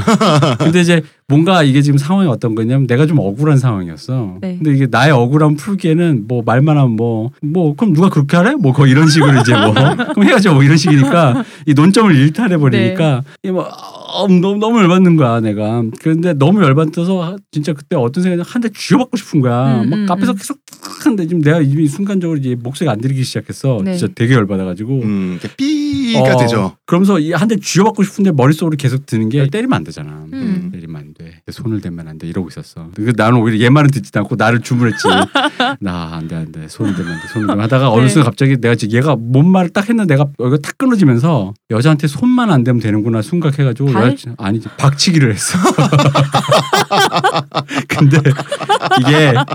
[SPEAKER 2] 근데 이제 뭔가 이게 지금 상황이 어떤 거냐면 내가 좀 억울한 상황이었어.
[SPEAKER 3] 네.
[SPEAKER 2] 근데 이게 나의 억울함 풀기에는 뭐 말만 하면 뭐 뭐 그럼 누가 그렇게 하래? 뭐 거의 이런 식으로 이제
[SPEAKER 3] (laughs)
[SPEAKER 2] 뭐 그럼 해야죠 뭐 이런 식이니까 이 논점을 일탈해 버리니까
[SPEAKER 3] 네.
[SPEAKER 2] 이게 뭐 어, 너무 너무 열받는 거야 내가. 그런데 너무 열받아서 진짜 그때 어떤 생각이 한대 쥐어받고 싶은 거야.
[SPEAKER 3] 음,
[SPEAKER 2] 막
[SPEAKER 3] 음,
[SPEAKER 2] 앞에서
[SPEAKER 3] 음.
[SPEAKER 2] 계속 탁 하는데 지금 내가 이미 순간적으로 이제 목소리가 안 들리기 시작했어.
[SPEAKER 3] 네.
[SPEAKER 2] 진짜 되게 열받아가지고.
[SPEAKER 1] 음, 이렇게 삐가
[SPEAKER 2] 어,
[SPEAKER 1] 되죠. 네.
[SPEAKER 2] 그러면서 이 한 대 쥐어받고 싶은데 머릿속으로 계속 드는 게 때리면 안 되잖아. 네,
[SPEAKER 3] 음.
[SPEAKER 2] 때리면 안 돼. 손을 대면 안 돼. 이러고 있었어. 그 나는 오히려 얘 말은 듣지도 않고 나를
[SPEAKER 1] (laughs)
[SPEAKER 2] 주문했지. 나 안 돼 안 돼. 손을 대면 안 돼. 손을 대면 하다가 어느
[SPEAKER 3] 네.
[SPEAKER 2] 순간 갑자기 내가 지금 얘가 뭔 말을 딱 했는데 내가 여기가 탁 끊어지면서 여자한테 손만 안 대면 되는구나 생각해가지고
[SPEAKER 3] 발?
[SPEAKER 2] 여자 아니지 박치기를 했어. (laughs) 근데 이게
[SPEAKER 1] 그러니까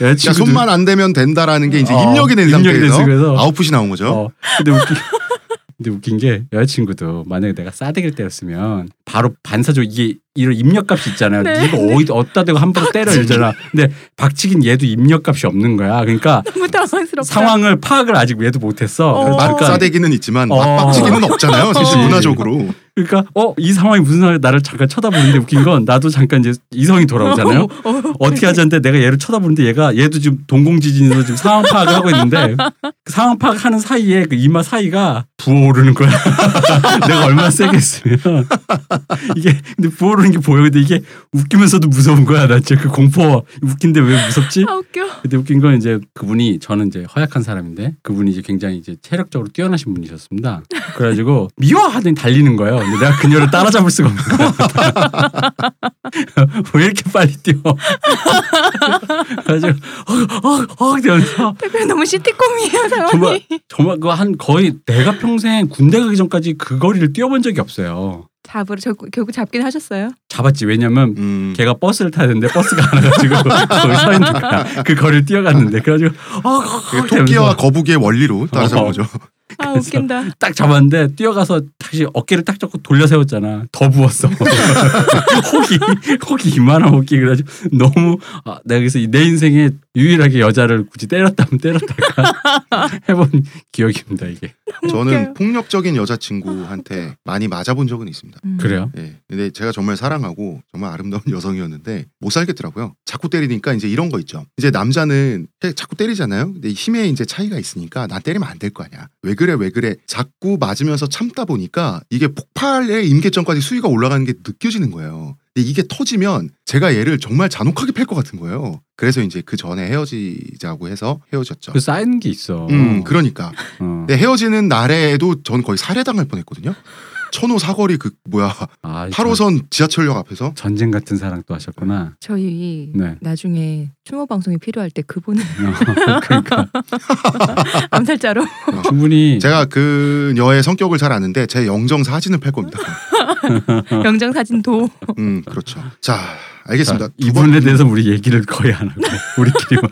[SPEAKER 2] 여자친구들
[SPEAKER 1] 손만 안 대면 된다라는 게 이제
[SPEAKER 2] 어,
[SPEAKER 1] 입력이 된
[SPEAKER 2] 입력이 된
[SPEAKER 1] 상태에서
[SPEAKER 2] 상태에서
[SPEAKER 1] 아웃풋이 나온 거죠.
[SPEAKER 2] 어, 근데 웃긴, (laughs) 근데 웃긴 게 여자친구도 만약에 내가 싸대기를 때렸으면 바로 반사적 이게 이런 입력값이 있잖아요.
[SPEAKER 3] 네.
[SPEAKER 2] 네. 가 어디 어디다 대고 함부로 때려 이러잖아. 근데 박치긴 얘도 입력값이 없는 거야. 그러니까
[SPEAKER 3] 너무 당황스럽다
[SPEAKER 2] 상황을 파악을 아직 얘도 못했어.
[SPEAKER 3] 어.
[SPEAKER 2] 그러니까-
[SPEAKER 1] 막싸대기는 있지만
[SPEAKER 2] 어.
[SPEAKER 1] 막박치기는 없잖아요. 사실
[SPEAKER 2] 그치.
[SPEAKER 1] 문화적으로.
[SPEAKER 2] 그러니까 어 이 상황이 무슨 상황이 나를 잠깐 쳐다보는데 웃긴 건 나도 잠깐 이제 이성이 돌아오잖아요. (laughs) 어떻게 하자는데 내가 얘를 쳐다보는데 얘가 얘도 지금 동공지진으로 지금 상황 파악을 하고 있는데 그 상황 파악하는 사이에 그 이마 사이가 부어오르는 거야. (laughs) 내가 얼마나 세게 했으면 (laughs) 이게 근데 부어오르는 게 보여. 근데 이게 웃기면서도 무서운 거야. 나 진짜 그 공포 웃긴데 왜 무섭지?
[SPEAKER 3] 아 웃겨
[SPEAKER 2] 근데 웃긴 건 이제 그분이 저는 이제 허약한 사람인데 그분이 이제 굉장히 이제 체력적으로 뛰어나신 분이셨습니다.
[SPEAKER 1] (laughs)
[SPEAKER 2] 그래가지고 미워하더니 달리는 거예요. 근데 내가 그녀를 따라잡을 수가 없는 거야. (laughs) 왜 이렇게 빨리 뛰어? 그래가지고 어어어 되면서
[SPEAKER 3] 대표 (laughs) 너무 시티콤이에요
[SPEAKER 2] 정말
[SPEAKER 3] 상황이
[SPEAKER 2] 정말 그 한 거의 내가 평생 군대 가기 전까지 그 거리를 뛰어본 적이 없어요.
[SPEAKER 3] 잡으러 저- 결국 잡긴 하셨어요.
[SPEAKER 2] 잡았지. 왜냐면
[SPEAKER 1] 음.
[SPEAKER 2] 걔가 버스를 타야 되는데 버스가 안 와가지고 (laughs) 거기 서 있는 거야. 그 거리를 뛰어갔는데 그래가지고
[SPEAKER 1] 그게
[SPEAKER 2] 어,
[SPEAKER 1] 토끼와 거북이의 원리로 따라잡은
[SPEAKER 2] 어.
[SPEAKER 3] (laughs)
[SPEAKER 1] 거죠.
[SPEAKER 3] 아
[SPEAKER 2] 그래서-
[SPEAKER 3] 웃긴다.
[SPEAKER 2] 딱 잡았는데 뛰어가서 다시 어깨를 딱 잡고 돌려 세웠잖아. 더 부었어. (laughs) 혹이 혹이 이만한 혹이 그래가지고 너무 아, 내가 그래서 내 인생에 유일하게 여자를 굳이 때렸다면 때렸다가 (laughs) 해본 기억입니다 이게.
[SPEAKER 1] 저는
[SPEAKER 3] 웃겨요.
[SPEAKER 1] 폭력적인 여자친구한테 많이 맞아본 적은 있습니다.
[SPEAKER 3] 음.
[SPEAKER 2] 그래요?
[SPEAKER 1] 예. 근데 제가 정말 사랑하고 정말 아름다운 (laughs) 여성이었는데 못 살겠더라고요. 자꾸 때리니까 이제 이런 거 있죠. 이제 남자는 해- 자꾸 때리잖아요. 근데 힘에 이제 차이가 있으니까 나 때리면 안 될 거 아니야. 왜 그래 왜 그래. 자꾸 맞으면서 참다 보니까 이게 폭발의 임계점까지 수위가 올라가는 게 느껴지는 거예요. 근데 이게 터지면 제가 얘를 정말 잔혹하게 팰 것 같은 거예요. 그래서 이제 그 전에 헤어지자고 해서 헤어졌죠.
[SPEAKER 2] 그 쌓이는 게 있어.
[SPEAKER 1] 음, 그러니까.
[SPEAKER 2] 어.
[SPEAKER 1] 근데 헤어지는 날에도 전 거의 살해당할 뻔했거든요. 천호 사거리 그 뭐야
[SPEAKER 2] 아,
[SPEAKER 1] 8호선 지하철역 앞에서
[SPEAKER 2] 전쟁 같은 사랑 또 하셨구나.
[SPEAKER 3] 저희
[SPEAKER 2] 네.
[SPEAKER 3] 나중에 추모 방송이 필요할 때 그분을 (laughs)
[SPEAKER 2] 어, (laughs) 그러니까
[SPEAKER 3] 암살자로
[SPEAKER 2] 충분히
[SPEAKER 1] 제가 그녀의 성격을 잘 아는데 제 영정 사진을 팔
[SPEAKER 2] (laughs)
[SPEAKER 1] 겁니다.
[SPEAKER 3] 영장 사진 도
[SPEAKER 1] 음 그렇죠. 자 알겠습니다.
[SPEAKER 2] 자,
[SPEAKER 1] 두
[SPEAKER 2] 이
[SPEAKER 1] 번-
[SPEAKER 2] 부분에 대해서 우리 얘기를 거의 안 하고 (laughs) 우리끼리만.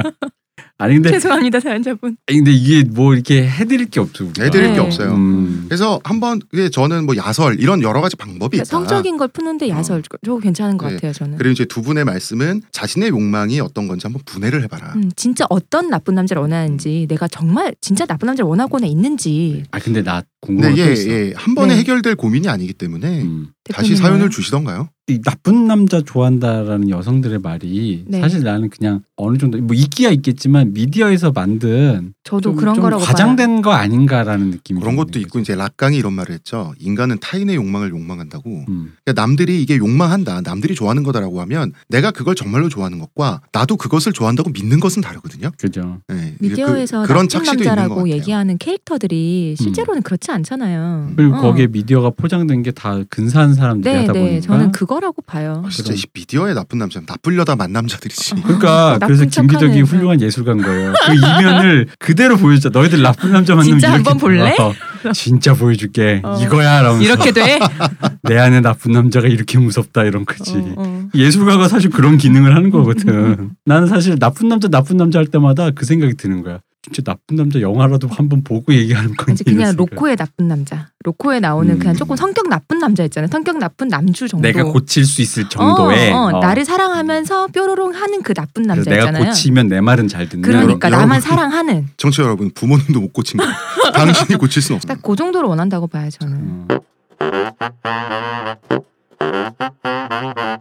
[SPEAKER 2] 아니 근데
[SPEAKER 3] 죄송합니다 사연자분.
[SPEAKER 2] 아니, 근데 이게 뭐 이렇게 해드릴 게 없죠. 우리가.
[SPEAKER 1] 해드릴
[SPEAKER 3] 게 네.
[SPEAKER 1] 없어요.
[SPEAKER 2] 음.
[SPEAKER 1] 그래서 한번 그게 저는 뭐 야설 이런 여러 가지 방법이 있다.
[SPEAKER 3] 그러니까 성적인 걸 푸는데 야설 저거 괜찮은 것
[SPEAKER 1] 아. 네.
[SPEAKER 3] 같아요 저는.
[SPEAKER 1] 그리고 이제 두 분의 말씀은 자신의 욕망이 어떤 건지 한번 분해를 해봐라.
[SPEAKER 3] 음, 진짜 어떤 나쁜 남자를 원하는지 내가 정말 진짜 나쁜 남자를 원하고는 있는지
[SPEAKER 2] 아 근데 나 궁금한
[SPEAKER 1] 근데
[SPEAKER 2] 게
[SPEAKER 1] 예,
[SPEAKER 2] 있어.
[SPEAKER 1] 예, 한 번에
[SPEAKER 3] 네.
[SPEAKER 1] 해결될 고민이 아니기 때문에
[SPEAKER 2] 음.
[SPEAKER 1] 다시
[SPEAKER 3] 대표님은요?
[SPEAKER 1] 사연을 주시던가요?
[SPEAKER 2] 이 나쁜 남자 좋아한다라는 여성들의 말이
[SPEAKER 3] 네.
[SPEAKER 2] 사실 나는 그냥 어느 정도 뭐 있기야 있겠지만 미디어에서 만든
[SPEAKER 3] 저도
[SPEAKER 2] 좀,
[SPEAKER 3] 그런
[SPEAKER 2] 좀
[SPEAKER 3] 거라고 봐요.
[SPEAKER 2] 과장된 거 아닌가라는 느낌이
[SPEAKER 1] 그런 것도
[SPEAKER 2] 드네요.
[SPEAKER 1] 있고 이제 락강이 이런 말을 했죠. 인간은 타인의 욕망을 욕망한다고.
[SPEAKER 2] 음.
[SPEAKER 1] 그러니까 남들이 이게 욕망한다, 남들이 좋아하는 거다라고 하면 내가 그걸 정말로 좋아하는 것과 나도 그것을 좋아한다고 믿는 것은 다르거든요.
[SPEAKER 2] 그죠.
[SPEAKER 1] 네, 이게
[SPEAKER 3] 미디어에서
[SPEAKER 1] 그, 그런
[SPEAKER 3] 나쁜
[SPEAKER 1] 착시도 있는 것
[SPEAKER 3] 남자라고
[SPEAKER 1] 같아요.
[SPEAKER 3] 얘기하는 캐릭터들이 실제로는 그렇지 않잖아요.
[SPEAKER 1] 음.
[SPEAKER 2] 그리고
[SPEAKER 3] 어.
[SPEAKER 2] 거기에 미디어가 포장된 게 다 근사한 사람들이
[SPEAKER 3] 네,
[SPEAKER 2] 하다
[SPEAKER 3] 네,
[SPEAKER 2] 보니까
[SPEAKER 3] 저는 그거라고 봐요.
[SPEAKER 1] 아, 진짜
[SPEAKER 2] 그럼.
[SPEAKER 1] 이 미디어의 나쁜 남자는 나쁘려다 만 남자들이지.
[SPEAKER 3] 어.
[SPEAKER 2] 그러니까
[SPEAKER 3] 아, 나쁜
[SPEAKER 2] 그래서
[SPEAKER 3] 척하는
[SPEAKER 2] 김기덕이
[SPEAKER 3] 애들.
[SPEAKER 2] 훌륭한 예술가인 거예요. 그
[SPEAKER 3] (laughs)
[SPEAKER 2] 이면을 그대로 보여줘. 너희들 나쁜 남자 만나면
[SPEAKER 3] 진짜
[SPEAKER 2] 이렇게
[SPEAKER 3] 한번 볼래?
[SPEAKER 2] 어, 진짜 보여줄게.
[SPEAKER 3] 어.
[SPEAKER 2] 이거야. 라면서
[SPEAKER 3] 이렇게 돼?
[SPEAKER 2] 내 안에 나쁜 남자가 이렇게 무섭다 이런 거지.
[SPEAKER 3] 어, 어.
[SPEAKER 2] 예술가가 사실 그런 기능을 하는 거거든. 나는 사실 나쁜 남자 나쁜 남자 할 때마다 그 생각이 드는 거야. 진짜 나쁜 남자 영화라도 한번 보고 얘기하는 건지
[SPEAKER 3] 이제 그냥 로코의 나쁜 남자. 로코에 나오는
[SPEAKER 2] 음.
[SPEAKER 3] 그냥 조금 성격 나쁜 남자 있잖아요. 성격 나쁜 남주 정도.
[SPEAKER 2] 내가 고칠 수 있을
[SPEAKER 3] 어,
[SPEAKER 2] 정도의
[SPEAKER 3] 어,
[SPEAKER 2] 어.
[SPEAKER 3] 나를 사랑하면서 뾰로롱 하는 그 나쁜
[SPEAKER 2] 그래서
[SPEAKER 3] 남자
[SPEAKER 2] 내가
[SPEAKER 3] 있잖아요.
[SPEAKER 2] 고치면 내 말은 잘 듣는
[SPEAKER 3] 그러니까
[SPEAKER 1] 여러-
[SPEAKER 3] 나만 사랑하는
[SPEAKER 1] 정치 여러분, 부모님도 못
[SPEAKER 3] (laughs)
[SPEAKER 1] 고친 거. 당신이 고칠 순 없어.
[SPEAKER 3] 딱 그 정도로 원한다고 봐요 저는.
[SPEAKER 2] 음.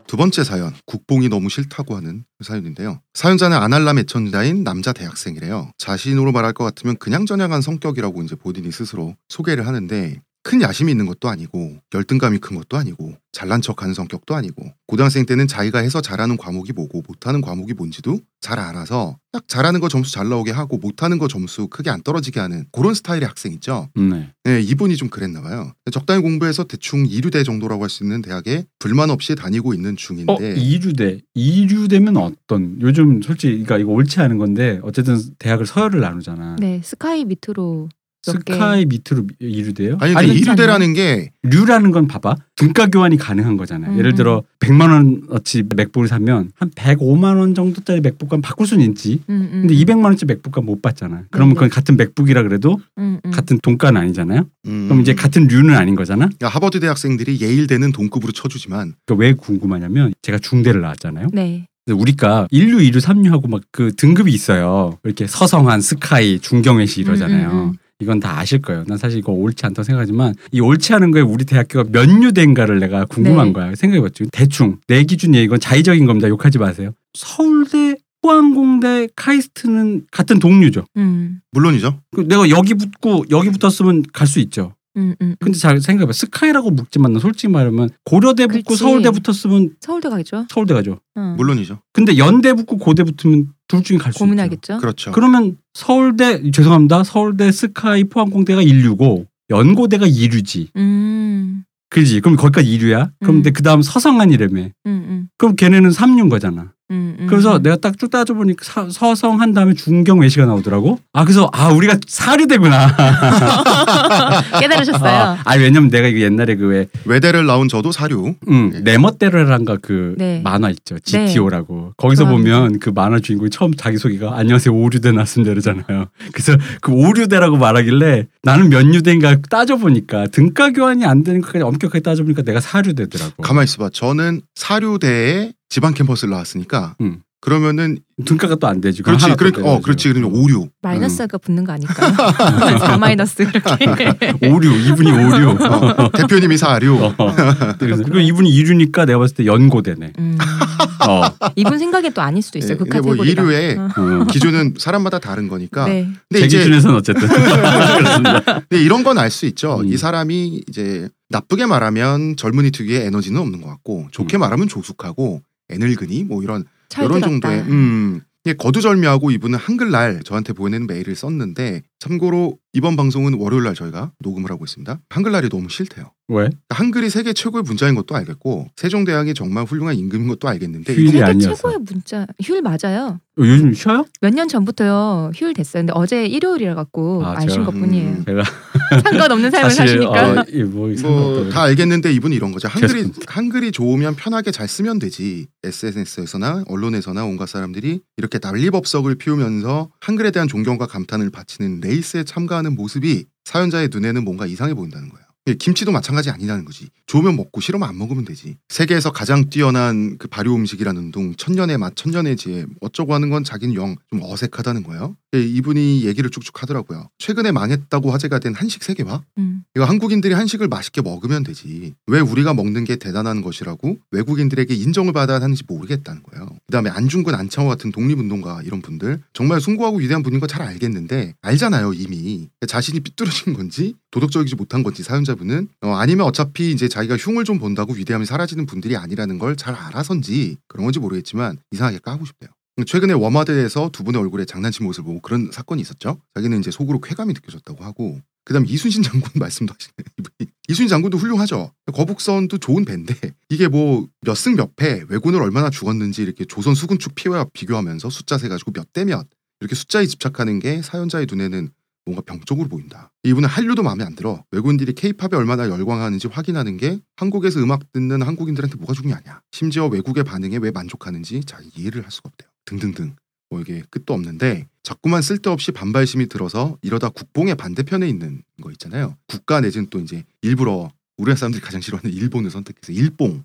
[SPEAKER 1] 두 번째 사연, 국뽕이 너무 싫다고 하는 사연인데요. 사연자는 아날람 애청자인 남자 대학생이래요. 자신으로 말할 것 같으면 그냥 저냥한 성격이라고 이제 본인이 스스로 소개를 하는데 큰 야심이 있는 것도 아니고 열등감이 큰 것도 아니고 잘난 척하는 성격도 아니고 고등학생 때는 자기가 해서 잘하는 과목이 뭐고 못하는 과목이 뭔지도 잘 알아서 딱 잘하는 거 점수 잘 나오게 하고 못하는 거 점수 크게 안 떨어지게 하는 그런 스타일의 학생 있죠.
[SPEAKER 2] 음, 네.
[SPEAKER 1] 네, 이분이 좀 그랬나 봐요. 적당히 공부해서 대충 이류대 정도라고 할 수 있는 대학에 불만 없이 다니고 있는 중인데
[SPEAKER 2] 어 이주대 이주대면 어떤 요즘 솔직히 그러니까 이거 옳지 않은 건데 어쨌든 대학을 서열을 나누잖아.
[SPEAKER 3] 네 스카이 밑으로 몇 개.
[SPEAKER 2] 스카이 밑으로 이주대요?
[SPEAKER 1] 아니, 근데
[SPEAKER 2] 아니
[SPEAKER 3] 이-
[SPEAKER 1] 이류대라는 게
[SPEAKER 2] 류라는 건 봐봐 등가 교환이 가능한 거잖아요.
[SPEAKER 3] 음.
[SPEAKER 2] 예를 들어 100만 원어치 맥북을 사면 한 105만 원 정도짜리 맥북과 바꿀 수는 있지.
[SPEAKER 3] 음, 음,
[SPEAKER 2] 근데 200만 원짜리 맥북과 못 받잖아. 그러면
[SPEAKER 3] 네,
[SPEAKER 2] 그건 같은 맥북이라 그래도
[SPEAKER 3] 음, 음.
[SPEAKER 2] 같은 돈가는 아니잖아요.
[SPEAKER 1] 음,
[SPEAKER 2] 그럼 이제 같은 류는 아닌 거잖아.
[SPEAKER 1] 그러니까 하버드 대학생들이 예일대는 동급으로 쳐주지만
[SPEAKER 2] 그러니까 왜 궁금하냐면 제가 중대를 나왔잖아요.
[SPEAKER 3] 네.
[SPEAKER 2] 근데 우리가 1류, 2류, 3류하고 막 그 등급이 있어요. 이렇게 서성한, 스카이, 중경외시 이러잖아요.
[SPEAKER 3] 음, 음, 음.
[SPEAKER 2] 이건 다 아실 거예요. 난 사실 이거 옳지 않다고 생각하지만 이 옳지 않은 거에 우리 대학교가 몇 류대인가를 내가 궁금한
[SPEAKER 3] 네.
[SPEAKER 2] 거야. 생각해봤죠. 대충 내 기준이에요. 이건 자의적인 겁니다. 욕하지 마세요. 서울대, 포항공대, 카이스트는 같은 동류죠.
[SPEAKER 3] 음,
[SPEAKER 1] 물론이죠.
[SPEAKER 2] 그 내가 여기 붙고 여기 붙었으면 갈 수 있죠.
[SPEAKER 3] 음, 음.
[SPEAKER 2] 근데 잘 생각해봐. 스카이라고 묶지만 난 솔직히 말하면 고려대 붙고
[SPEAKER 3] 그렇지.
[SPEAKER 2] 서울대 붙었으면
[SPEAKER 3] 서울대 가겠죠.
[SPEAKER 2] 서울대 가죠.
[SPEAKER 3] 어.
[SPEAKER 1] 물론이죠.
[SPEAKER 2] 근데 연대 붙고 고대 붙으면 둘 중에 갈 수 있죠.
[SPEAKER 3] 고민하겠죠.
[SPEAKER 1] 그렇죠.
[SPEAKER 2] 그러면 서울대 죄송합니다. 서울대 스카이 포항공대가 1류고 연고대가 2류지.
[SPEAKER 3] 음,
[SPEAKER 2] 그지? 그럼 거기까지 2류야. 그럼
[SPEAKER 3] 음.
[SPEAKER 2] 근데 그다음 서성안이라며.
[SPEAKER 3] 음, 음.
[SPEAKER 2] 그럼 걔네는 3류인 거잖아.
[SPEAKER 3] 음, 음.
[SPEAKER 2] 그래서 내가 딱 쭉 따져보니까 사- 서성 한 다음에 중경 외시가 나오더라고. 아 그래서 아 우리가 사류대구나. (laughs)
[SPEAKER 3] 깨달으셨어요.
[SPEAKER 2] 아, 아니, 왜냐면 내가 이거 옛날에 그왜
[SPEAKER 1] 외대를 나온 저도 사류.
[SPEAKER 2] 음,
[SPEAKER 1] 네.
[SPEAKER 2] 네멋대로란가 그
[SPEAKER 3] 네.
[SPEAKER 2] 만화 있죠.
[SPEAKER 3] 네.
[SPEAKER 2] GTO라고. 거기서
[SPEAKER 3] 좋아합니다.
[SPEAKER 2] 보면 그 만화 주인공이 처음 자기소개가 안녕하세요 오류대 나순대로잖아요. (laughs) 그래서 그 오류대라고 말하길래 나는 몇 유대인가 따져보니까 등가 교환이 안 되는 것까지 엄격하게 따져보니까 내가 사류대더라고.
[SPEAKER 1] 가만 있어봐. 저는 사류대에 지방 캠퍼스를 나왔으니까
[SPEAKER 2] 음.
[SPEAKER 1] 그러면은
[SPEAKER 2] 등가가 또 안 되지. 그럼
[SPEAKER 1] 그렇지
[SPEAKER 2] 하나 더
[SPEAKER 1] 그러니까 어
[SPEAKER 2] 빼가지고.
[SPEAKER 1] 그렇지 그러니까 오류
[SPEAKER 3] 마이너스가 붙는 거 아닐까요? (laughs) 4 마이너스
[SPEAKER 2] (laughs)
[SPEAKER 3] 이렇게.
[SPEAKER 2] 오류 이분이 오류.
[SPEAKER 1] 어, 대표님이 사류
[SPEAKER 2] 어. 그래서 그리고 이분이 이류니까 내가 봤을 때 연고대네.
[SPEAKER 3] 음.
[SPEAKER 2] 어.
[SPEAKER 3] 이분 생각엔 또 아닐 수도
[SPEAKER 1] 예,
[SPEAKER 3] 있어요. 그
[SPEAKER 1] 근데 뭐 아,
[SPEAKER 3] 카테고리가.
[SPEAKER 1] 이류에
[SPEAKER 3] 어.
[SPEAKER 2] 음.
[SPEAKER 1] 기준은 사람마다 다른 거니까
[SPEAKER 3] 네.
[SPEAKER 1] 근데
[SPEAKER 2] 제
[SPEAKER 1] 이제
[SPEAKER 2] 기준에서는 어쨌든 그렇습니다. 어,
[SPEAKER 1] 근데 네, 이런 건 알 수 있죠.
[SPEAKER 2] 음.
[SPEAKER 1] 이 사람이 이제 나쁘게 말하면 젊은이 특유의 에너지는 없는 것 같고 좋게
[SPEAKER 2] 음.
[SPEAKER 1] 말하면 조숙하고 애늙은이 뭐 이런 이런
[SPEAKER 3] 철들었다.
[SPEAKER 1] 정도의 음. 이게 거두절미하고 이분은 한글날 저한테 보내는 메일을 썼는데 참고로 이번 방송은 월요일날 저희가 녹음을 하고 있습니다. 한글날이 너무 싫대요.
[SPEAKER 2] 왜?
[SPEAKER 1] 한글이 세계 최고의 문자인 것도 알겠고 세종대학이 정말 훌륭한 임금인 것도 알겠는데
[SPEAKER 2] 휴일이
[SPEAKER 1] 이거
[SPEAKER 3] 세계
[SPEAKER 2] 아니어서.
[SPEAKER 3] 최고의 문자 휴일 맞아요.
[SPEAKER 2] 어, 요즘 쉬어요?
[SPEAKER 3] 몇 년 전부터요 휴일 됐어요. 근데 어제 일요일이라 갖고
[SPEAKER 2] 아,
[SPEAKER 3] 아, 신
[SPEAKER 2] 제가- (laughs)
[SPEAKER 3] 것뿐이에요.
[SPEAKER 1] 음.
[SPEAKER 2] 제가
[SPEAKER 3] 상관없는 삶을 사시니까.
[SPEAKER 2] 어, 이 뭐,
[SPEAKER 1] 뭐,
[SPEAKER 2] 상관없다.
[SPEAKER 1] 다 알겠는데 이분 이런 거죠. 한글이
[SPEAKER 2] 죄송합니다.
[SPEAKER 1] 한글이 좋으면 편하게 잘 쓰면 되지. SNS에서나 언론에서나 온갖 사람들이 이렇게 난리법석을 피우면서 한글에 대한 존경과 감탄을 바치는 레이스에 참가하는 모습이 사연자의 눈에는 뭔가 이상해 보인다는 거예요. 예, 김치도 마찬가지 아니라는 거지. 좋으면 먹고 싫으면 안 먹으면 되지. 세계에서 가장 뛰어난 그 발효 음식이라는 둥 천년의 맛, 천년의 지혜 어쩌고 하는 건 자기는 영 좀 어색하다는 거예요. 예, 이분이 얘기를 쭉쭉 하더라고요. 최근에 망했다고 화제가 된 한식 세계화
[SPEAKER 3] 음.
[SPEAKER 1] 이거 한국인들이 한식을 맛있게 먹으면 되지. 왜 우리가 먹는 게 대단한 것이라고 외국인들에게 인정을 받아야 하는지 모르겠다는 거예요. 그다음에 안중근 안창호 같은 독립운동가 이런 분들 정말 숭고하고 위대한 분인 거 잘 알겠는데 알잖아요 이미 자신이 삐뚤어진 건지 도덕적이지 못한 건지 사연자분은 어, 아니면 어차피 이제 자기가 흉을 좀 본다고 위대함이 사라지는 분들이 아니라는 걸 잘 알아서인지 그런 건지 모르겠지만 이상하게 까고 싶대요. 최근에 워마드에서 두 분의 얼굴에 장난친 모습을 보고 그런 사건이 있었죠. 자기는 이제 속으로 쾌감이 느껴졌다고 하고 그다음 이순신 장군 (laughs) 말씀도 하시네. 이분이. 이순신 장군도 훌륭하죠. 거북선도 좋은 배인데 이게 뭐 몇 승 몇 패 왜군을 얼마나 죽었는지 이렇게 조선 수군축 피와 비교하면서 숫자 세 가지고 몇 대 몇 이렇게 숫자에 집착하는 게 사연자의 눈에는 뭔가 병적으로 보인다. 이분은 한류도 마음에 안 들어. 외국인들이 케이팝에 얼마나 열광하는지 확인하는 게 한국에서 음악 듣는 한국인들한테 뭐가 중요하냐. 심지어 외국의 반응에 왜 만족하는지 잘 이해를 할 수가 없대요. 등등등. 뭐 이게 끝도 없는데 자꾸만 쓸데없이 반발심이 들어서 이러다 국뽕의 반대편에 있는 거 있잖아요. 국가 내지는 또 이제 일부러 우리나라 사람들이 가장 싫어하는 일본을 선택해서 일뽕이라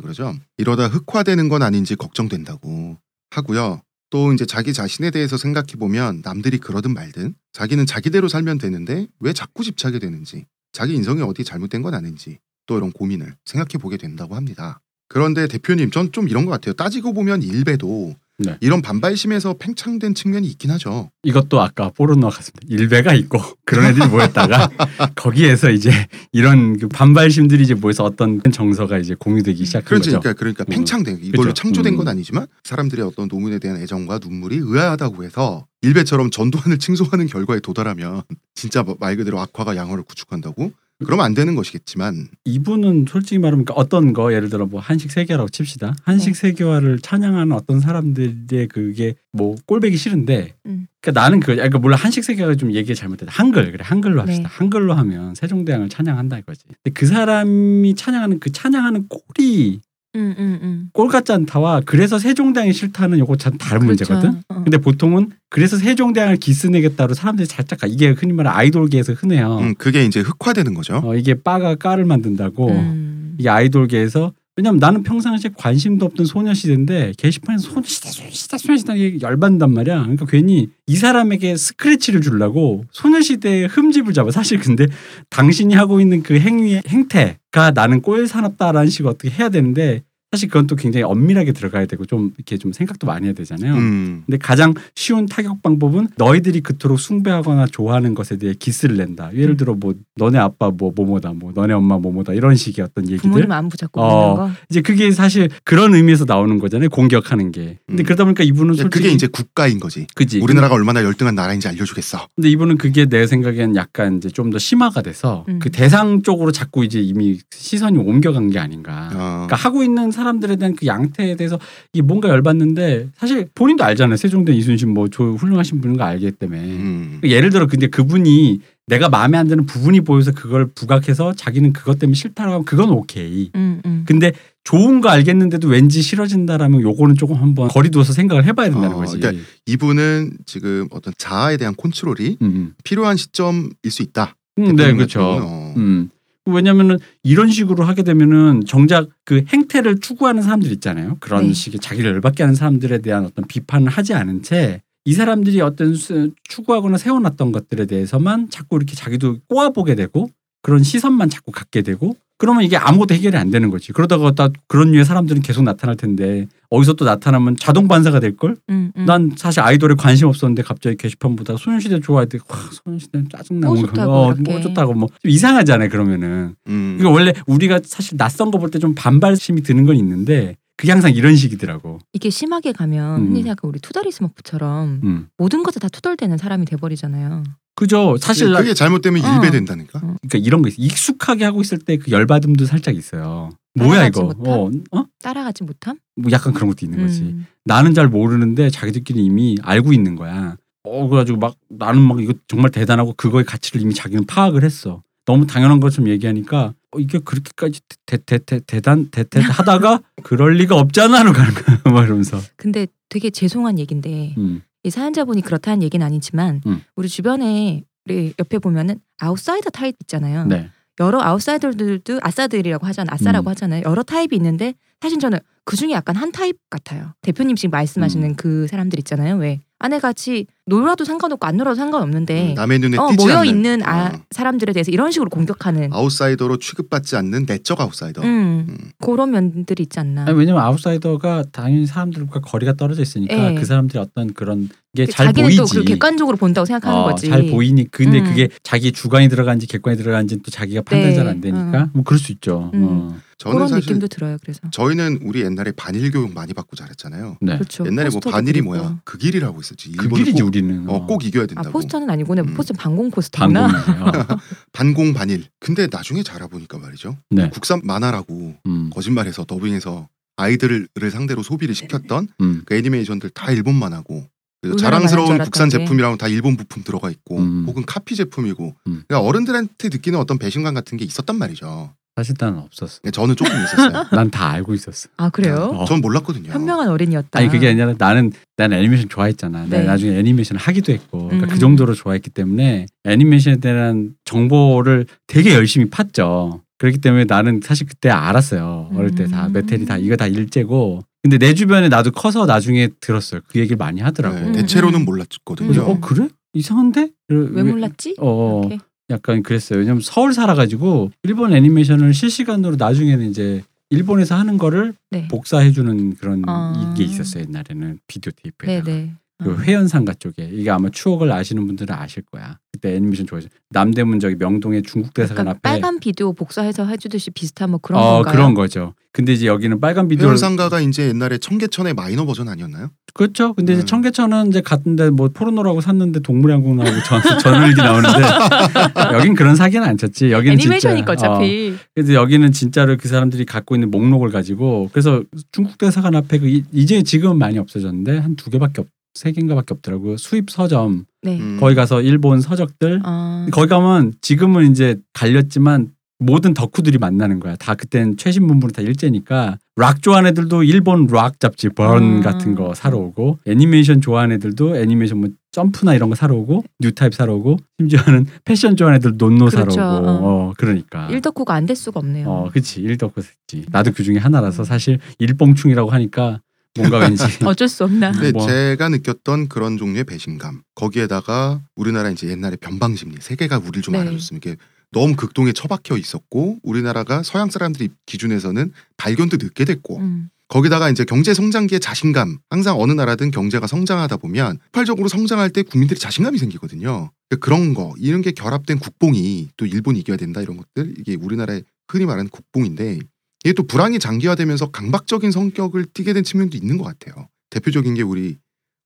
[SPEAKER 1] 그러죠. 이러다 흑화되는 건 아닌지 걱정된다고 하고요. 또 이제 자기 자신에 대해서 생각해 보면 남들이 그러든 말든 자기는 자기대로 살면 되는데 왜 자꾸 집착이 되는지 자기 인성이 어디 잘못된 건 아닌지 또 이런 고민을 생각해 보게 된다고 합니다. 그런데 대표님 전 좀 이런 것 같아요. 따지고 보면 일배도
[SPEAKER 2] 네.
[SPEAKER 1] 이런 반발심에서 팽창된 측면이 있긴 하죠.
[SPEAKER 2] 이것도 아까 포르노 같습니다. 일베가 있고 (laughs) 그런 애들이 모였다가 거기에서 이제 이런 그 반발심들이 이제 모여서 어떤 정서가 이제 공유되기 시작한
[SPEAKER 1] 그렇지,
[SPEAKER 2] 거죠.
[SPEAKER 1] 그러니까 그러니까
[SPEAKER 2] 음.
[SPEAKER 1] 팽창된 이걸로
[SPEAKER 2] 그렇죠.
[SPEAKER 1] 창조된
[SPEAKER 2] 음.
[SPEAKER 1] 건 아니지만 사람들의 어떤 노무에 대한 애정과 눈물이 의아하다고 해서 일베처럼 전두환을 (laughs) 칭송하는 결과에 도달하면 진짜 뭐 말 그대로 악화가 양화를 구축한다고 그러면 안 되는 것이겠지만
[SPEAKER 2] 이분은 솔직히 말하면 그러니까 어떤 거 예를 들어 뭐 한식 세계화라고 칩시다. 한식
[SPEAKER 3] 네.
[SPEAKER 2] 세계화를 찬양하는 어떤 사람들의 그게 뭐 꼴배기 싫은데
[SPEAKER 3] 음.
[SPEAKER 2] 그러니까 나는 그 그러니까 물론 한식 세계화가 좀 얘기 잘못됐다. 한글 그래 한글로 합시다.
[SPEAKER 3] 네.
[SPEAKER 2] 한글로 하면 세종대왕을 찬양한다 이거지. 근데 그 사람이 찬양하는 그 찬양하는 꼴이
[SPEAKER 3] 음, 음, 음.
[SPEAKER 2] 꼴 같지 않다와 그래서 세종대왕이 싫다는 요거 참 다른 문제거든.
[SPEAKER 3] 어.
[SPEAKER 2] 근데 보통은 그래서 세종대왕을 기스내겠다로 사람들이 살짝 가. 이게 흔히 말하는 아이돌계에서 흔해요.
[SPEAKER 1] 음, 그게 이제 흑화되는 거죠.
[SPEAKER 2] 어, 이게 빠가 까를 만든다고
[SPEAKER 3] 음.
[SPEAKER 2] 이게 아이돌계에서 왜냐면 나는 평상시에 관심도 없던 소녀시대인데 게시판에서 소녀시대 소녀시대 소녀시대 이게 열받는단 말이야. 그러니까 괜히 이 사람에게 스크래치를 주려고 소녀시대의 흠집을 잡아. 사실 근데 당신이 하고 있는 그 행위의 행태가 나는 꼴 사납다라는 식으로 어떻게 해야 되는데 사실 그건 또 굉장히 엄밀하게 들어가야 되고 좀 이렇게 좀 생각도 많이 해야 되잖아요.
[SPEAKER 1] 음.
[SPEAKER 2] 근데 가장 쉬운 타격 방법은 너희들이 그토록 숭배하거나 좋아하는 것에 대해 기스를 낸다. 예를
[SPEAKER 3] 음.
[SPEAKER 2] 들어 뭐 너네 아빠 뭐 뭐뭐다 뭐 너네 엄마 뭐뭐다 이런 식의 어떤 얘기들.
[SPEAKER 3] 부모님 안부 잡고
[SPEAKER 2] 어.
[SPEAKER 3] 그러는 음,
[SPEAKER 2] 이제 그게 사실 그런 의미에서 나오는 거잖아요. 공격하는 게. 근데
[SPEAKER 1] 음.
[SPEAKER 2] 그러다 보니까 이분은
[SPEAKER 1] 이제
[SPEAKER 2] 솔직히
[SPEAKER 1] 그게 이제 국가인 거지.
[SPEAKER 2] 그지.
[SPEAKER 1] 우리나라가 얼마나 열등한 나라인지 알려주겠어.
[SPEAKER 2] 근데 이분은 그게 내 생각엔 약간 이제 좀 더 심화가 돼서
[SPEAKER 3] 음.
[SPEAKER 2] 그 대상 쪽으로 자꾸 이제 이미 시선이 옮겨간 게 아닌가.
[SPEAKER 1] 어.
[SPEAKER 2] 그러니까 하고 있는 사람들에 대한 그 양태에 대해서 이게 뭔가 열받는데 사실 본인도 알잖아요. 세종대 이순신 뭐 저 훌륭하신 분인 거 알기 때문에
[SPEAKER 1] 음.
[SPEAKER 2] 예를 들어 근데 그분이 내가 마음에 안 드는 부분이 보여서 그걸 부각해서 자기는 그것 때문에 싫다라고 하면 그건 오케이.
[SPEAKER 3] 음, 음.
[SPEAKER 2] 근데 좋은 거 알겠는데도 왠지 싫어진다라면 요거는 조금 한번 거리 두어서 생각을 해봐야 된다는
[SPEAKER 1] 어,
[SPEAKER 2] 거지.
[SPEAKER 1] 그러니까- 이분은 지금 어떤 자아에 대한 컨트롤이
[SPEAKER 2] 음,
[SPEAKER 1] 필요한 시점일 수 있다.
[SPEAKER 2] 음. 음, 네,
[SPEAKER 1] 대통령
[SPEAKER 2] 그렇죠.
[SPEAKER 1] 같은 경우는. 어.
[SPEAKER 2] 음. 왜냐면은 이런 식으로 하게 되면은 정작 그 행태를 추구하는 사람들 있잖아요. 그런
[SPEAKER 3] 네.
[SPEAKER 2] 식의 자기를 열받게 하는 사람들에 대한 어떤 비판을 하지 않은 채 이 사람들이 어떤 수- 추구하거나 세워놨던 것들에 대해서만 자꾸 이렇게 자기도 꼬아보게 되고 그런 시선만 자꾸 갖게 되고 그러면 이게 아무것도 해결이 안 되는 거지. 그러다가 다 그런 류의 사람들은 계속 나타날 텐데 어디서 또 나타나면 자동 반사가 될 걸?
[SPEAKER 3] 음, 음.
[SPEAKER 2] 그 난 사실 아이돌에 관심 없었는데 갑자기 게시판 보다 소녀시대 좋아했더니 와 소녀시대 짜증나고
[SPEAKER 3] 뭐 좋다고
[SPEAKER 2] 어,
[SPEAKER 3] 이렇게.
[SPEAKER 2] 뭐 좋다고 뭐 이상하잖아요 그러면은
[SPEAKER 1] 음.
[SPEAKER 2] 이거 원래 우리가 사실 낯선 거 볼 때 좀 반발심이 드는 건 있는데 그게 항상 이런 식이더라고
[SPEAKER 3] 이게 심하게 가면
[SPEAKER 2] 음.
[SPEAKER 3] 흔히 생각하는 우리 투다리 스머프처럼
[SPEAKER 2] 음.
[SPEAKER 3] 모든 것에 다 투덜대는 사람이 돼버리잖아요.
[SPEAKER 2] 그죠 사실
[SPEAKER 1] 예, 그게 잘못되면
[SPEAKER 3] 어.
[SPEAKER 1] 일배된다니까.
[SPEAKER 2] 그러니까 이런 거 있어 익숙하게 하고 있을 때 그 열받음도 살짝 있어요 뭐야
[SPEAKER 3] 따라가지
[SPEAKER 2] 이거 어, 어?
[SPEAKER 3] 따라가지 못함?
[SPEAKER 2] 뭐 약간 그런 것도 있는 거지
[SPEAKER 3] 음.
[SPEAKER 2] 나는 잘 모르는데 자기들끼리 이미 알고 있는 거야. 어 그래가지고 막 나는 막 이거 정말 대단하고 그거의 가치를 이미 자기는 파악을 했어. 너무 당연한 것처럼 얘기하니까 어, 이게 그렇게까지 대대대 대단 대대 하다가 (laughs) 그럴 리가 없잖아로 가는 거야 (laughs) 막 이러면서.
[SPEAKER 3] 근데 되게 죄송한 얘긴데
[SPEAKER 2] 음.
[SPEAKER 3] 이 사연자분이 그렇다는 얘기는 아니지만
[SPEAKER 2] 음.
[SPEAKER 3] 우리 주변에 우리 옆에 보면은 아웃사이더 타입 있잖아요.
[SPEAKER 2] 네.
[SPEAKER 3] 여러 아웃사이더들도 아싸들이라고 하잖아요.
[SPEAKER 2] 음.
[SPEAKER 3] 아싸라고 하잖아요. 여러 타입이 있는데 사실 저는 그 중에 약간 한 타입 같아요. 대표님
[SPEAKER 2] 음.
[SPEAKER 3] 지금 말씀하시는 그 사람들 있잖아요. 왜 아내 같이 놀아도 상관없고 안 놀아도 상관없는데
[SPEAKER 1] 음, 남의 눈에
[SPEAKER 3] 어,
[SPEAKER 1] 띄지
[SPEAKER 3] 모여
[SPEAKER 1] 않는
[SPEAKER 3] 있는 아,
[SPEAKER 1] 어.
[SPEAKER 3] 사람들에 대해서 이런 식으로 공격하는
[SPEAKER 1] 아웃사이더로 취급받지 않는 내적 아웃사이더.
[SPEAKER 3] 음,
[SPEAKER 1] 음.
[SPEAKER 3] 그런 면들이 있지 않나.
[SPEAKER 2] 아니, 왜냐면 아웃사이더가 당연히 사람들과 거리가 떨어져 있으니까
[SPEAKER 3] 예.
[SPEAKER 2] 그 사람들이 어떤 그런 게 잘
[SPEAKER 3] 자기는
[SPEAKER 2] 보이지.
[SPEAKER 3] 또 그걸 객관적으로 본다고 생각하는
[SPEAKER 2] 어,
[SPEAKER 3] 거지.
[SPEAKER 2] 잘 보이니 근데
[SPEAKER 3] 음.
[SPEAKER 2] 그게 자기 주관이 들어간지 객관이 들어간지 또 자기가 판단이
[SPEAKER 3] 네.
[SPEAKER 2] 잘 안 되니까 뭐 그럴 수 있죠.
[SPEAKER 3] 음.
[SPEAKER 2] 어.
[SPEAKER 1] 저는
[SPEAKER 3] 그런
[SPEAKER 1] 사실
[SPEAKER 3] 느낌도 들어요. 그래서
[SPEAKER 1] 저희는 우리 옛날에 반일 교육 많이 받고 잘했잖아요.
[SPEAKER 2] 네.
[SPEAKER 3] 그렇죠.
[SPEAKER 1] 옛날에 뭐
[SPEAKER 3] 포스터도
[SPEAKER 1] 반일이
[SPEAKER 3] 그리고.
[SPEAKER 1] 뭐야? 극일이라고 있었지.
[SPEAKER 2] 그
[SPEAKER 1] 일본은
[SPEAKER 2] 길이지
[SPEAKER 1] 꼭,
[SPEAKER 2] 우리는.
[SPEAKER 1] 어, 꼭 이겨야
[SPEAKER 3] 아
[SPEAKER 1] 된다고.
[SPEAKER 3] 포스터는 아니구나.
[SPEAKER 1] 음.
[SPEAKER 3] 포스터 방공 포스터구나.
[SPEAKER 2] 방법이에요.
[SPEAKER 1] 반공 반일. 근데 나중에 자라보니까 말이죠.
[SPEAKER 2] 네.
[SPEAKER 1] 국산 만화라고
[SPEAKER 2] 음,
[SPEAKER 1] 거짓말해서 더빙해서 아이들을 상대로 소비를 시켰던
[SPEAKER 2] 음,
[SPEAKER 1] 그 애니메이션들 다 일본만 하고 그래서
[SPEAKER 3] 우리나라
[SPEAKER 1] 자랑스러운
[SPEAKER 3] 만화인 줄
[SPEAKER 1] 국산
[SPEAKER 3] 알았던 게.
[SPEAKER 1] 제품이라고 다 일본 부품 들어가 있고
[SPEAKER 2] 음.
[SPEAKER 1] 혹은 카피 제품이고
[SPEAKER 2] 음.
[SPEAKER 1] 그러니까 어른들한테 느끼는 어떤 배신감 같은 게 있었단 말이죠.
[SPEAKER 2] 사실 난 없었어.
[SPEAKER 1] 근데 저는 조금 있었어요.
[SPEAKER 2] 난 다 알고 있었어.
[SPEAKER 3] 아 (laughs) 그래요?
[SPEAKER 2] 어.
[SPEAKER 1] 전 몰랐거든요.
[SPEAKER 3] 현명한 어린이였다.
[SPEAKER 2] 아니 그게 아니라 나는 난 애니메이션 좋아했잖아.
[SPEAKER 3] 네.
[SPEAKER 2] 내가 나중에 애니메이션을 하기도 했고 그러니까
[SPEAKER 3] 음.
[SPEAKER 2] 그 정도로 좋아했기 때문에 애니메이션에 대한 정보를 되게 열심히 팠죠. 그렇기 때문에 나는 사실 그때 알았어요. 어릴 때 다
[SPEAKER 3] 음.
[SPEAKER 2] 메텔이 다 이거 다 일제고. 근데 내 주변에 나도 커서 나중에 들었어요. 그 얘기를 많이 하더라고.
[SPEAKER 1] 네,
[SPEAKER 3] 음.
[SPEAKER 1] 대체로는
[SPEAKER 3] 음.
[SPEAKER 1] 몰랐거든요.
[SPEAKER 2] 그래서 어 그래? 이상한데?
[SPEAKER 3] 왜 몰랐지?
[SPEAKER 2] 어,
[SPEAKER 3] 이렇게.
[SPEAKER 2] 약간 그랬어요. 왜냐면 서울 살아가지고 일본 애니메이션을 실시간으로 나중에는 이제 일본에서 하는 거를
[SPEAKER 3] 네.
[SPEAKER 2] 복사해주는 그런
[SPEAKER 3] 아.
[SPEAKER 2] 게 있었어요. 옛날에는 비디오 테이프에다가.
[SPEAKER 3] 네네. 아.
[SPEAKER 2] 그 회원상가 쪽에 이게 아마 추억을 아시는 분들은 아실 거야. 그때 애니메이션 좋아해서 남대문 저기 명동의 중국 대사관
[SPEAKER 3] 약간
[SPEAKER 2] 앞에
[SPEAKER 3] 그러니까 빨간 비디오 복사해서 해주듯이 비슷한 뭐 그런
[SPEAKER 2] 어
[SPEAKER 3] 건가요?
[SPEAKER 2] 그런 거죠. 근데 이제 여기는 빨간 비디오
[SPEAKER 1] 회원상가가 이제 옛날에 청계천의 마이너 버전 아니었나요?
[SPEAKER 2] 그렇죠. 근데 이제
[SPEAKER 1] 음.
[SPEAKER 2] 청계천은 이제 갔는데 뭐 포르노라고 샀는데 동물의 한국 나오고 전 전을기 나오는데
[SPEAKER 3] (laughs)
[SPEAKER 2] 여긴 그런 사기는 안 쳤지. 여기는
[SPEAKER 3] 애니메이션이니까
[SPEAKER 2] 진짜, 어,
[SPEAKER 3] 어차피
[SPEAKER 2] 그래서 여기는 진짜로 그 사람들이 갖고 있는 목록을 가지고 그래서 중국 대사관 앞에 그 이- 이제 지금은 많이 없어졌는데 한 두 개밖에 없, 세 개인가밖에 없더라고요. 수입 서점
[SPEAKER 3] 네.
[SPEAKER 1] 음.
[SPEAKER 2] 거기 가서 일본 서적들
[SPEAKER 3] 아,
[SPEAKER 2] 거기 가면 지금은 이제 갈렸지만 모든 덕후들이 만나는 거야. 다 그땐 최신 문물은 다 일제니까 락 좋아하는 애들도 일본 락 잡지 번
[SPEAKER 3] 음.
[SPEAKER 2] 같은 거 사러 오고 애니메이션 좋아하는 애들도 애니메이션 뭐 점프나 이런 거 사러 오고 뉴타입 사러 오고 심지어는 패션 좋아하는 애들 논노
[SPEAKER 3] 그렇죠.
[SPEAKER 2] 사러 오고
[SPEAKER 3] 어.
[SPEAKER 2] 어, 그러니까
[SPEAKER 3] 일덕후가 안 될 수가 없네요.
[SPEAKER 2] 어, 그치. 일덕후지. 나도 그 중에 하나라서 사실 일봉충이라고 하니까 뭔가 왠지
[SPEAKER 3] 어쩔 수 없나.
[SPEAKER 1] 근데
[SPEAKER 2] 뭐.
[SPEAKER 1] 네, 제가 느꼈던 그런 종류의 배신감 거기에다가 우리나라 이제 옛날에 변방심리 세계가 우리를 좀
[SPEAKER 3] 네.
[SPEAKER 1] 알아줬으면 이게 너무 극동에 처박혀 있었고 우리나라가 서양 사람들이 기준에서는 발견도 늦게 됐고
[SPEAKER 3] 음.
[SPEAKER 1] 거기다가 이제 경제 성장기의 자신감 항상 어느 나라든 경제가 성장하다 보면 폭발적으로 성장할 때 국민들이 자신감이 생기거든요 그런거 이런 게 결합된 국뽕이 또 일본이 이겨야 된다 이런 것들 이게 우리나라의 흔히 말하는 국뽕인데 이게 또 불황이 장기화되면서 강박적인 성격을 띠게 된 측면도 있는 것 같아요. 대표적인 게 우리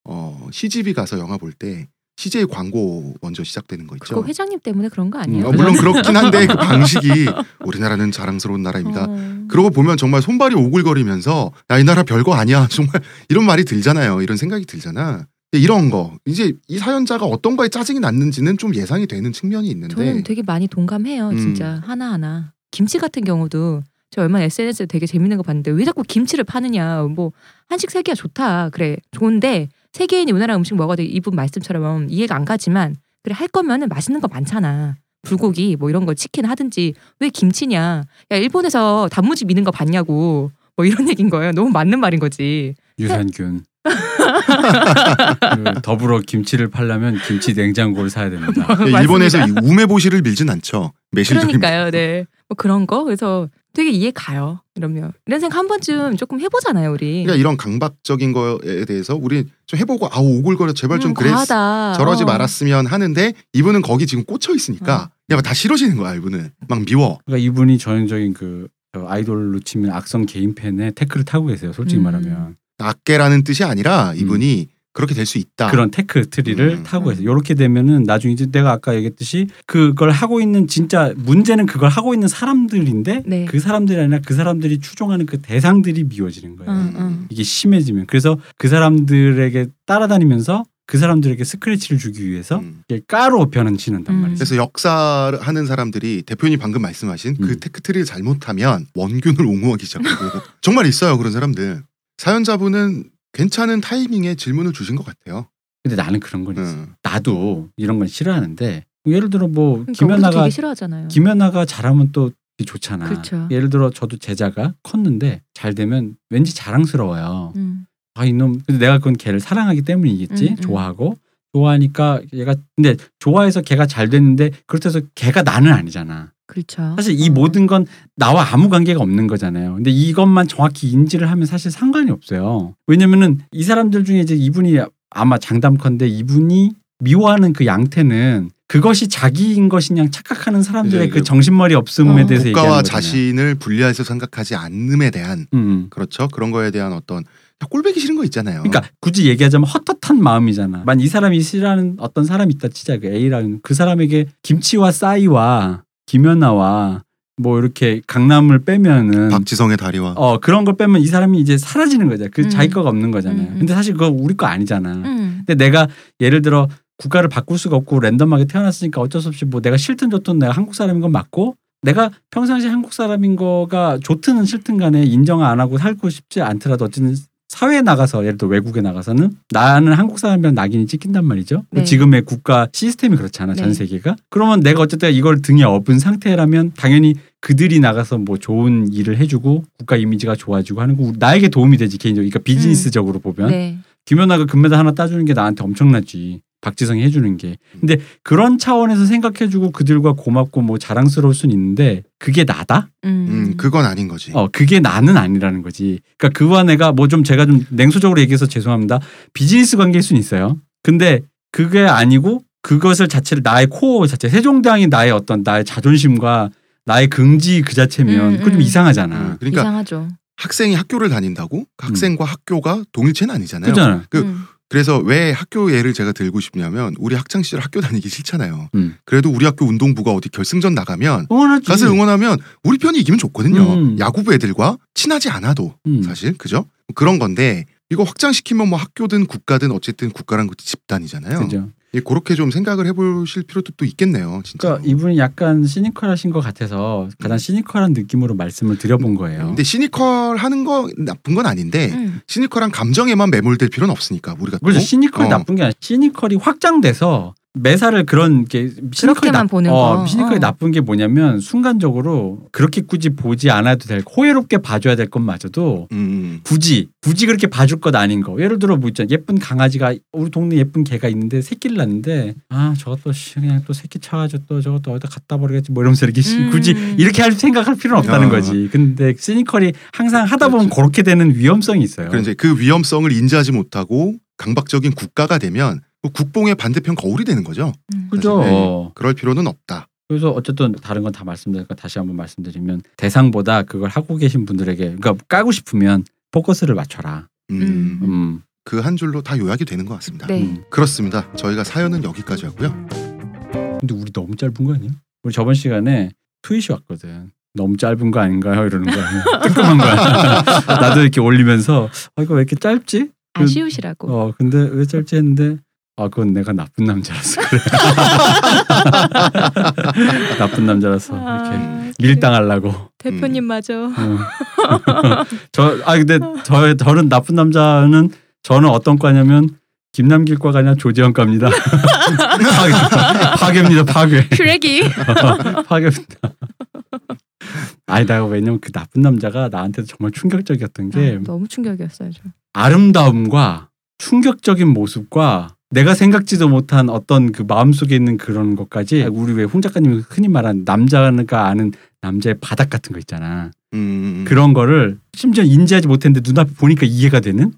[SPEAKER 1] 어, CGV 가서 영화 볼 때 CJ 광고 먼저 시작되는 거 있죠.
[SPEAKER 3] 그거 회장님 때문에 그런 거 아니에요?
[SPEAKER 1] 어, 물론 그렇긴 한데 그 방식이 우리나라는 자랑스러운 나라입니다.
[SPEAKER 3] 어.
[SPEAKER 1] 그러고 보면 정말 손발이 오글거리면서 야 이 나라 별거 아니야 (laughs) 정말 이런 말이 들잖아요 이런 생각이 들잖아 근데 이런 거 이제 이 사연자가 어떤 거에 짜증이 났는지는 좀 예상이 되는 측면이 있는데
[SPEAKER 3] 저는 되게 많이 동감해요,
[SPEAKER 1] 음.
[SPEAKER 3] 진짜 하나하나. 김치 같은 경우도 저 얼마 나 SNS에 되게 재밌는 거 봤는데 왜 자꾸 김치를 파느냐. 뭐 한식 세계가 좋다. 그래 좋은데 세계인이 우리나라 음식 먹어도 이분 말씀처럼 이해가 안 가지만 그래 할 거면은 맛있는 거 많잖아. 불고기 뭐 이런 거 치킨 하든지 왜 김치냐. 야 일본에서 단무지 미는 거 봤냐고. 뭐 이런 (laughs) 얘기인 거예요. 너무 맞는 말인 거지.
[SPEAKER 2] 유산균. 그 더불어 김치를 팔려면 김치 냉장고를 사야 됩니다.
[SPEAKER 1] 예,
[SPEAKER 3] (laughs)
[SPEAKER 1] 일본에서 이 우메보시를 밀진 않죠 매실적인
[SPEAKER 3] 그러니까요, 네. 뭐 그런 거 그래서 되게 이해 가요. 이러면 이런 생각 한 번쯤 조금 해보잖아요, 우리.
[SPEAKER 1] 그러니까 이런 강박적인 거에 대해서 우리 좀 해보고 아우 오글거려 제발 좀
[SPEAKER 3] 음,
[SPEAKER 1] 그랬
[SPEAKER 3] 과하다.
[SPEAKER 1] 저러지
[SPEAKER 3] 어. 음.
[SPEAKER 1] 말았으면 하는데 이분은 거기 지금 꽂혀 있으니까 그냥 다 싫어지는 거야 이분은 막 미워
[SPEAKER 2] 그러니까 이분이 전형적인 그 아이돌로 치면 악성 개인 팬의 태클을 타고 계세요. 솔직히
[SPEAKER 3] 음.
[SPEAKER 2] 말하면
[SPEAKER 1] 아깨라는 뜻이 아니라 이분이 그렇게 될 수 있다
[SPEAKER 2] 음. 그런 태클 트리를
[SPEAKER 1] 아. 음.
[SPEAKER 2] 타고 계세요. 이렇게 되면은 나중에 이제 내가 아까 얘기했듯이 그걸 하고 있는 진짜 문제는 그걸 하고 있는 사람들인데
[SPEAKER 3] 네.
[SPEAKER 2] 그 사람들이 아니라 그 사람들이 추종하는 그 대상들이 미워지는 거예요.
[SPEAKER 3] 음, 음.
[SPEAKER 2] 이게 심해지면 그래서 그 사람들에게 따라다니면서 그 사람들에게 스크래치를 주기 위해서
[SPEAKER 1] 음.
[SPEAKER 2] 이게 까로 펴는지는단
[SPEAKER 3] 음.
[SPEAKER 2] 말이죠.
[SPEAKER 1] 그래서 역사를 하는 사람들이 대표님 방금 말씀하신 그
[SPEAKER 2] 음.
[SPEAKER 1] 테크트리를 잘못하면 원균을 옹호하기 시작하고 (laughs) 정말 있어요 그런 사람들 사연자분은 괜찮은 타이밍에 질문을 주신 것 같아요.
[SPEAKER 2] 근데 나는 그런 건 있어.
[SPEAKER 1] 음.
[SPEAKER 2] 나도 이런 건 싫어하는데 예를 들어 뭐
[SPEAKER 3] 그러니까 우리도
[SPEAKER 2] 김연아가
[SPEAKER 3] 되게 싫어하잖아요.
[SPEAKER 2] 김연아가 잘하면 또 좋잖아.
[SPEAKER 3] 그렇죠.
[SPEAKER 2] 예를 들어 저도 제자가 컸는데 잘 되면 왠지 자랑스러워요.
[SPEAKER 3] 음.
[SPEAKER 2] 아 이놈 근데 내가 그건 걔를 사랑하기 때문이겠지.
[SPEAKER 3] 음, 음.
[SPEAKER 2] 좋아하고 좋아하니까 얘가 근데 좋아해서 걔가 잘 됐는데 그렇다고 해서 걔가 나는 아니잖아.
[SPEAKER 3] 그렇죠.
[SPEAKER 2] 사실 이
[SPEAKER 3] 어.
[SPEAKER 2] 모든 건 나와 아무 관계가 없는 거잖아요. 근데 이것만 정확히 인지를 하면 사실 상관이 없어요. 왜냐면은 이 사람들 중에 이제 이분이 아마 장담컨대 이분이 미워하는 그 양태는 그것이 자기인 것이냐 착각하는 사람들의
[SPEAKER 1] 예,
[SPEAKER 2] 그
[SPEAKER 1] 예.
[SPEAKER 2] 정신머리 없음에
[SPEAKER 3] 어.
[SPEAKER 2] 대해서 얘기하는
[SPEAKER 1] 국가와
[SPEAKER 2] 거잖아요.
[SPEAKER 1] 자신을 분리해서 생각하지 않음에 대한
[SPEAKER 2] 음.
[SPEAKER 1] 그렇죠 그런 거에 대한 어떤 꼴배기 싫은 거 있잖아요.
[SPEAKER 2] 그러니까 굳이 얘기하자면 헛헛한 마음이잖아. 만 이 사람이 싫어하는 어떤 사람이 있다 치자 그 A라는 그 사람에게 김치와 싸이와 김연아와 뭐 이렇게 강남을 빼면은
[SPEAKER 1] 박지성의 다리와
[SPEAKER 2] 음. 어 그런 걸 빼면 이 사람이 이제 사라지는 거죠. 그
[SPEAKER 3] 음.
[SPEAKER 2] 자기 거가 없는 거잖아요.
[SPEAKER 3] 음, 음.
[SPEAKER 2] 근데 사실 그거 우리 거 아니잖아.
[SPEAKER 3] 음.
[SPEAKER 2] 근데 내가 예를 들어 국가를 바꿀 수가 없고 랜덤하게 태어났으니까 어쩔 수 없이 뭐 내가 싫든 좋든 내가 한국 사람인 건 맞고 내가 평상시 한국 사람인 거가 좋든 싫든 간에 인정 안 하고 살고 싶지 않더라도 어쨌든 사회에 나가서 예를 들어 외국에 나가서는 나는 한국 사람이랑 낙인이 찍힌단 말이죠.
[SPEAKER 3] 네.
[SPEAKER 2] 지금의 국가 시스템이 그렇잖아 전
[SPEAKER 3] 네.
[SPEAKER 2] 세계가. 그러면 내가 어쨌든 이걸 등에 업은 상태라면 당연히 그들이 나가서 뭐 좋은 일을 해주고 국가 이미지가 좋아지고 하는 거 나에게 도움이 되지 개인적으로
[SPEAKER 3] 음.
[SPEAKER 2] 그러니까 비즈니스적으로 보면
[SPEAKER 3] 네.
[SPEAKER 2] 김연아가 금메달 하나 따주는 게 나한테 엄청나지. 박지성이 해주는 게. 근데 그런 차원에서 생각해주고 그들과 고맙고 뭐 자랑스러울 순 있는데 그게 나다?
[SPEAKER 3] 음.
[SPEAKER 1] 음 그건 아닌 거지.
[SPEAKER 2] 어 그게 나는 아니라는 거지. 그러니까 그와 내가 뭐 좀 제가 좀 냉소적으로 얘기해서 죄송합니다. 비즈니스 관계일 순 있어요. 근데 그게 아니고 그것을 자체를 나의 코어 자체 세종대왕이 나의 어떤 나의 자존심과 나의 긍지 그 자체면
[SPEAKER 3] 음,
[SPEAKER 2] 그건 좀
[SPEAKER 3] 음.
[SPEAKER 1] 음,
[SPEAKER 2] 이상하잖아. 음.
[SPEAKER 1] 그러니까
[SPEAKER 3] 이상하죠.
[SPEAKER 1] 학생이 학교를 다닌다고 그 학생과 학교가 동일체는 아니잖아요.
[SPEAKER 2] 그잖아.
[SPEAKER 1] 그-
[SPEAKER 3] 음.
[SPEAKER 1] 그래서 왜 학교 예를 제가 들고 싶냐면 우리 학창 시절 학교 다니기 싫잖아요.
[SPEAKER 2] 음.
[SPEAKER 1] 그래도 우리 학교 운동부가 어디 결승전 나가면
[SPEAKER 2] 응원하지.
[SPEAKER 1] 가서 응원하면 우리 편이 이기면 좋거든요.
[SPEAKER 2] 음.
[SPEAKER 1] 야구부 애들과 친하지 않아도
[SPEAKER 2] 음.
[SPEAKER 1] 사실 그죠? 그런 건데 이거 확장시키면 뭐 학교든 국가든 어쨌든 국가란 것도 집단이잖아요.
[SPEAKER 2] 그죠.
[SPEAKER 1] 예, 그렇게 좀 생각을 해보실 필요도 또 있겠네요. 진짜.
[SPEAKER 3] 음.
[SPEAKER 2] 그러니까 이분이 약간 시니컬하신 것 같아서 가장 시니컬한 느낌으로 말씀을 드려본 거예요.
[SPEAKER 1] 근데 시니컬하는 거 나쁜 건 아닌데
[SPEAKER 3] 음.
[SPEAKER 1] 시니컬한 감정에만 매몰될 필요는 없으니까 우리가 또
[SPEAKER 2] 그렇죠. 시니컬이
[SPEAKER 1] 어.
[SPEAKER 2] 나쁜 게 아니라 시니컬이 확장돼서 매사를 그런 게 시니컬이
[SPEAKER 3] 그렇게만 보는
[SPEAKER 2] 어,
[SPEAKER 3] 거.
[SPEAKER 2] 시니컬이
[SPEAKER 3] 어.
[SPEAKER 2] 나쁜 게 뭐냐면 순간적으로 그렇게 굳이 보지 않아도 될 호혜롭게 봐줘야 될 것마저도
[SPEAKER 1] 음,
[SPEAKER 2] 굳이 굳이 그렇게 봐줄 것 아닌 거. 예를 들어 뭐 있잖아. 예쁜 강아지가 우리 동네 예쁜 개가 있는데 새끼를 낳는데 아 저것도 씨, 그냥 또 새끼 차가지고 또 저것도 어디다 갖다 버리겠지 뭐 이러면서 이렇게 씨,
[SPEAKER 3] 음.
[SPEAKER 2] 굳이 이렇게 할 생각할 필요는 없다는
[SPEAKER 1] 어.
[SPEAKER 2] 거지. 근데 시니컬이 항상 하다 보면
[SPEAKER 1] 그렇지.
[SPEAKER 2] 그렇게 되는 위험성이 있어요.
[SPEAKER 1] 그래서 이제 그 위험성을 인지하지 못하고 강박적인 국가가 되면 뭐 국뽕의 반대편 거울이 되는 거죠.
[SPEAKER 3] 음.
[SPEAKER 2] 그죠.
[SPEAKER 1] 사실, 네. 그럴 필요는 없다.
[SPEAKER 2] 그래서 어쨌든 다른 건 다 말씀드리니까 다시 한번 말씀드리면 대상보다 그걸 하고 계신 분들에게 그러니까 까고 싶으면 포커스를 맞춰라.
[SPEAKER 1] 음,
[SPEAKER 3] 음.
[SPEAKER 2] 음.
[SPEAKER 1] 그 한 줄로 다 요약이 되는 것 같습니다.
[SPEAKER 3] 네.
[SPEAKER 2] 음.
[SPEAKER 1] 그렇습니다. 저희가 사연은 여기까지였고요.
[SPEAKER 2] 근데 우리 너무 짧은 거 아니야? 우리 저번 시간에 트윗이 왔거든. 너무 짧은 거 아닌가요? 이러는 거야. 뜨끔한 거야. 나도 이렇게 올리면서 아 이거 왜 이렇게 짧지?
[SPEAKER 3] 아쉬우시라고.
[SPEAKER 2] 어 근데 왜 짧지 했는데 아 그건 내가 나쁜 남자라서 그래. 나쁜 남자라서 어, 이렇게
[SPEAKER 3] 아,
[SPEAKER 2] 밀당하려고.
[SPEAKER 1] 음.
[SPEAKER 2] 어.
[SPEAKER 3] 대표님 맞아.
[SPEAKER 2] (laughs) 저아 근데 저 저는 나쁜 남자는 저는 어떤 과냐면 김남길과가 아니라 조재현과입니다. (laughs) 파괴, 파괴입니다. 파괴.
[SPEAKER 3] 슈렉이.
[SPEAKER 2] (laughs) 파괴입니다. 아니 내가 왜냐면 그 나쁜 남자가 나한테도 정말 충격적이었던 게
[SPEAKER 3] 아, 너무 충격이었어요. 저.
[SPEAKER 2] 아름다움과 충격적인 모습과 내가 생각지도 못한 어떤 그 마음속에 있는 그런 것까지 우리 왜 홍 작가님이 흔히 말하는 남자가 아는 남자의 바닥 같은 거 있잖아.
[SPEAKER 1] 음,
[SPEAKER 2] 그런 거를 심지어 인지하지 못했는데 눈앞에 보니까 이해가 되는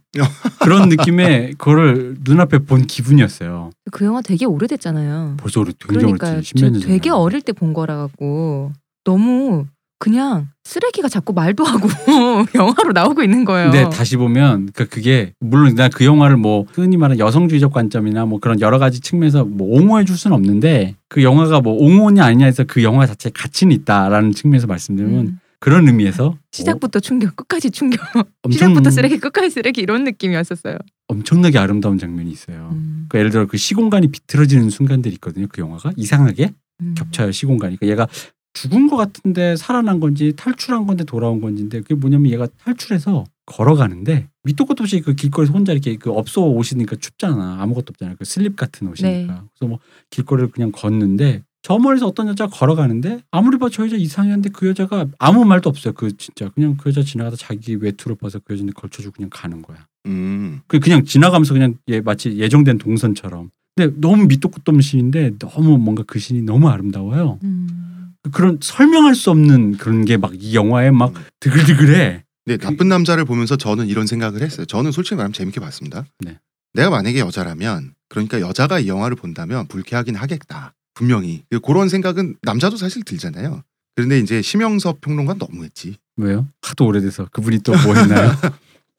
[SPEAKER 2] 그런 느낌의 그거를 눈앞에 본 기분이었어요.
[SPEAKER 3] 그 영화 되게 오래됐잖아요.
[SPEAKER 2] 벌써 우리 굉장히
[SPEAKER 3] 그러니까요.
[SPEAKER 2] 오래됐지. 십몇
[SPEAKER 3] 저
[SPEAKER 2] 년 전에.
[SPEAKER 3] 되게 어릴 때 본 거라 갖고 너무 그냥 쓰레기가 자꾸 말도 하고 (laughs) 영화로 나오고 있는 거예요.
[SPEAKER 2] 근데 네, 다시 보면 그 그게 물론 나 그 영화를 뭐 흔히 말하는 여성주의적 관점이나 뭐 그런 여러 가지 측면에서 뭐 옹호해 줄 수는 없는데 그 영화가 뭐 옹호냐 아니냐 해서 그 영화 자체에 가치는 있다라는 측면에서 말씀드리면
[SPEAKER 3] 음.
[SPEAKER 2] 그런 의미에서
[SPEAKER 3] 시작부터 충격, 끝까지 충격.
[SPEAKER 2] 어,
[SPEAKER 3] 시작부터 쓰레기, 끝까지 쓰레기 이런 느낌이었었어요.
[SPEAKER 2] 엄청나게 아름다운 장면이 있어요.
[SPEAKER 3] 음.
[SPEAKER 2] 그 예를 들어 그 시공간이 비틀어지는 순간들이 있거든요. 그 영화가 이상하게
[SPEAKER 3] 음.
[SPEAKER 2] 겹쳐요 시공간이. 그러니까 얘가 죽은 것 같은데 살아난 건지 탈출한 건데 돌아온 건지인데 그게 뭐냐면 얘가 탈출해서 걸어가는데 밑도 끝도 없이 그 길거리에서 혼자 이렇게 그 업소 옷이니까 춥잖아 아무것도 없잖아 그 슬립 같은 옷이니까
[SPEAKER 3] 네.
[SPEAKER 2] 그래서 뭐 길거리를 그냥 걷는데 저 멀리서 어떤 여자가 걸어가는데 아무리 봐도 저 여자 이상한데 그 여자가 아무 말도 없어요 그 진짜 그냥 그 여자 지나가다 자기 외투를 벗어 그 여자한테 걸쳐주고 그냥 가는 거야
[SPEAKER 1] 음,
[SPEAKER 2] 그 그냥 지나가면서 그냥 예, 마치 예정된 동선처럼. 근데 너무 밑도 끝도 없는 신인데 너무 뭔가 그 신이 너무 아름다워요.
[SPEAKER 3] 음.
[SPEAKER 2] 그런 설명할 수 없는 그런 게 막 이 영화에 막
[SPEAKER 1] 음.
[SPEAKER 2] 드글드글해.
[SPEAKER 1] 네, 나쁜 남자를 보면서 저는 이런 생각을 했어요. 저는 솔직히 말하면 재밌게 봤습니다.
[SPEAKER 2] 네.
[SPEAKER 1] 내가 만약에 여자라면, 그러니까 여자가 이 영화를 본다면 불쾌하긴 하겠다. 분명히. 그런 생각은 남자도 사실 들잖아요. 그런데 이제 심영섭 평론가 너무했지.
[SPEAKER 2] 왜요? 하도 오래돼서 그분이 또 뭐
[SPEAKER 1] (laughs)
[SPEAKER 2] 했나요?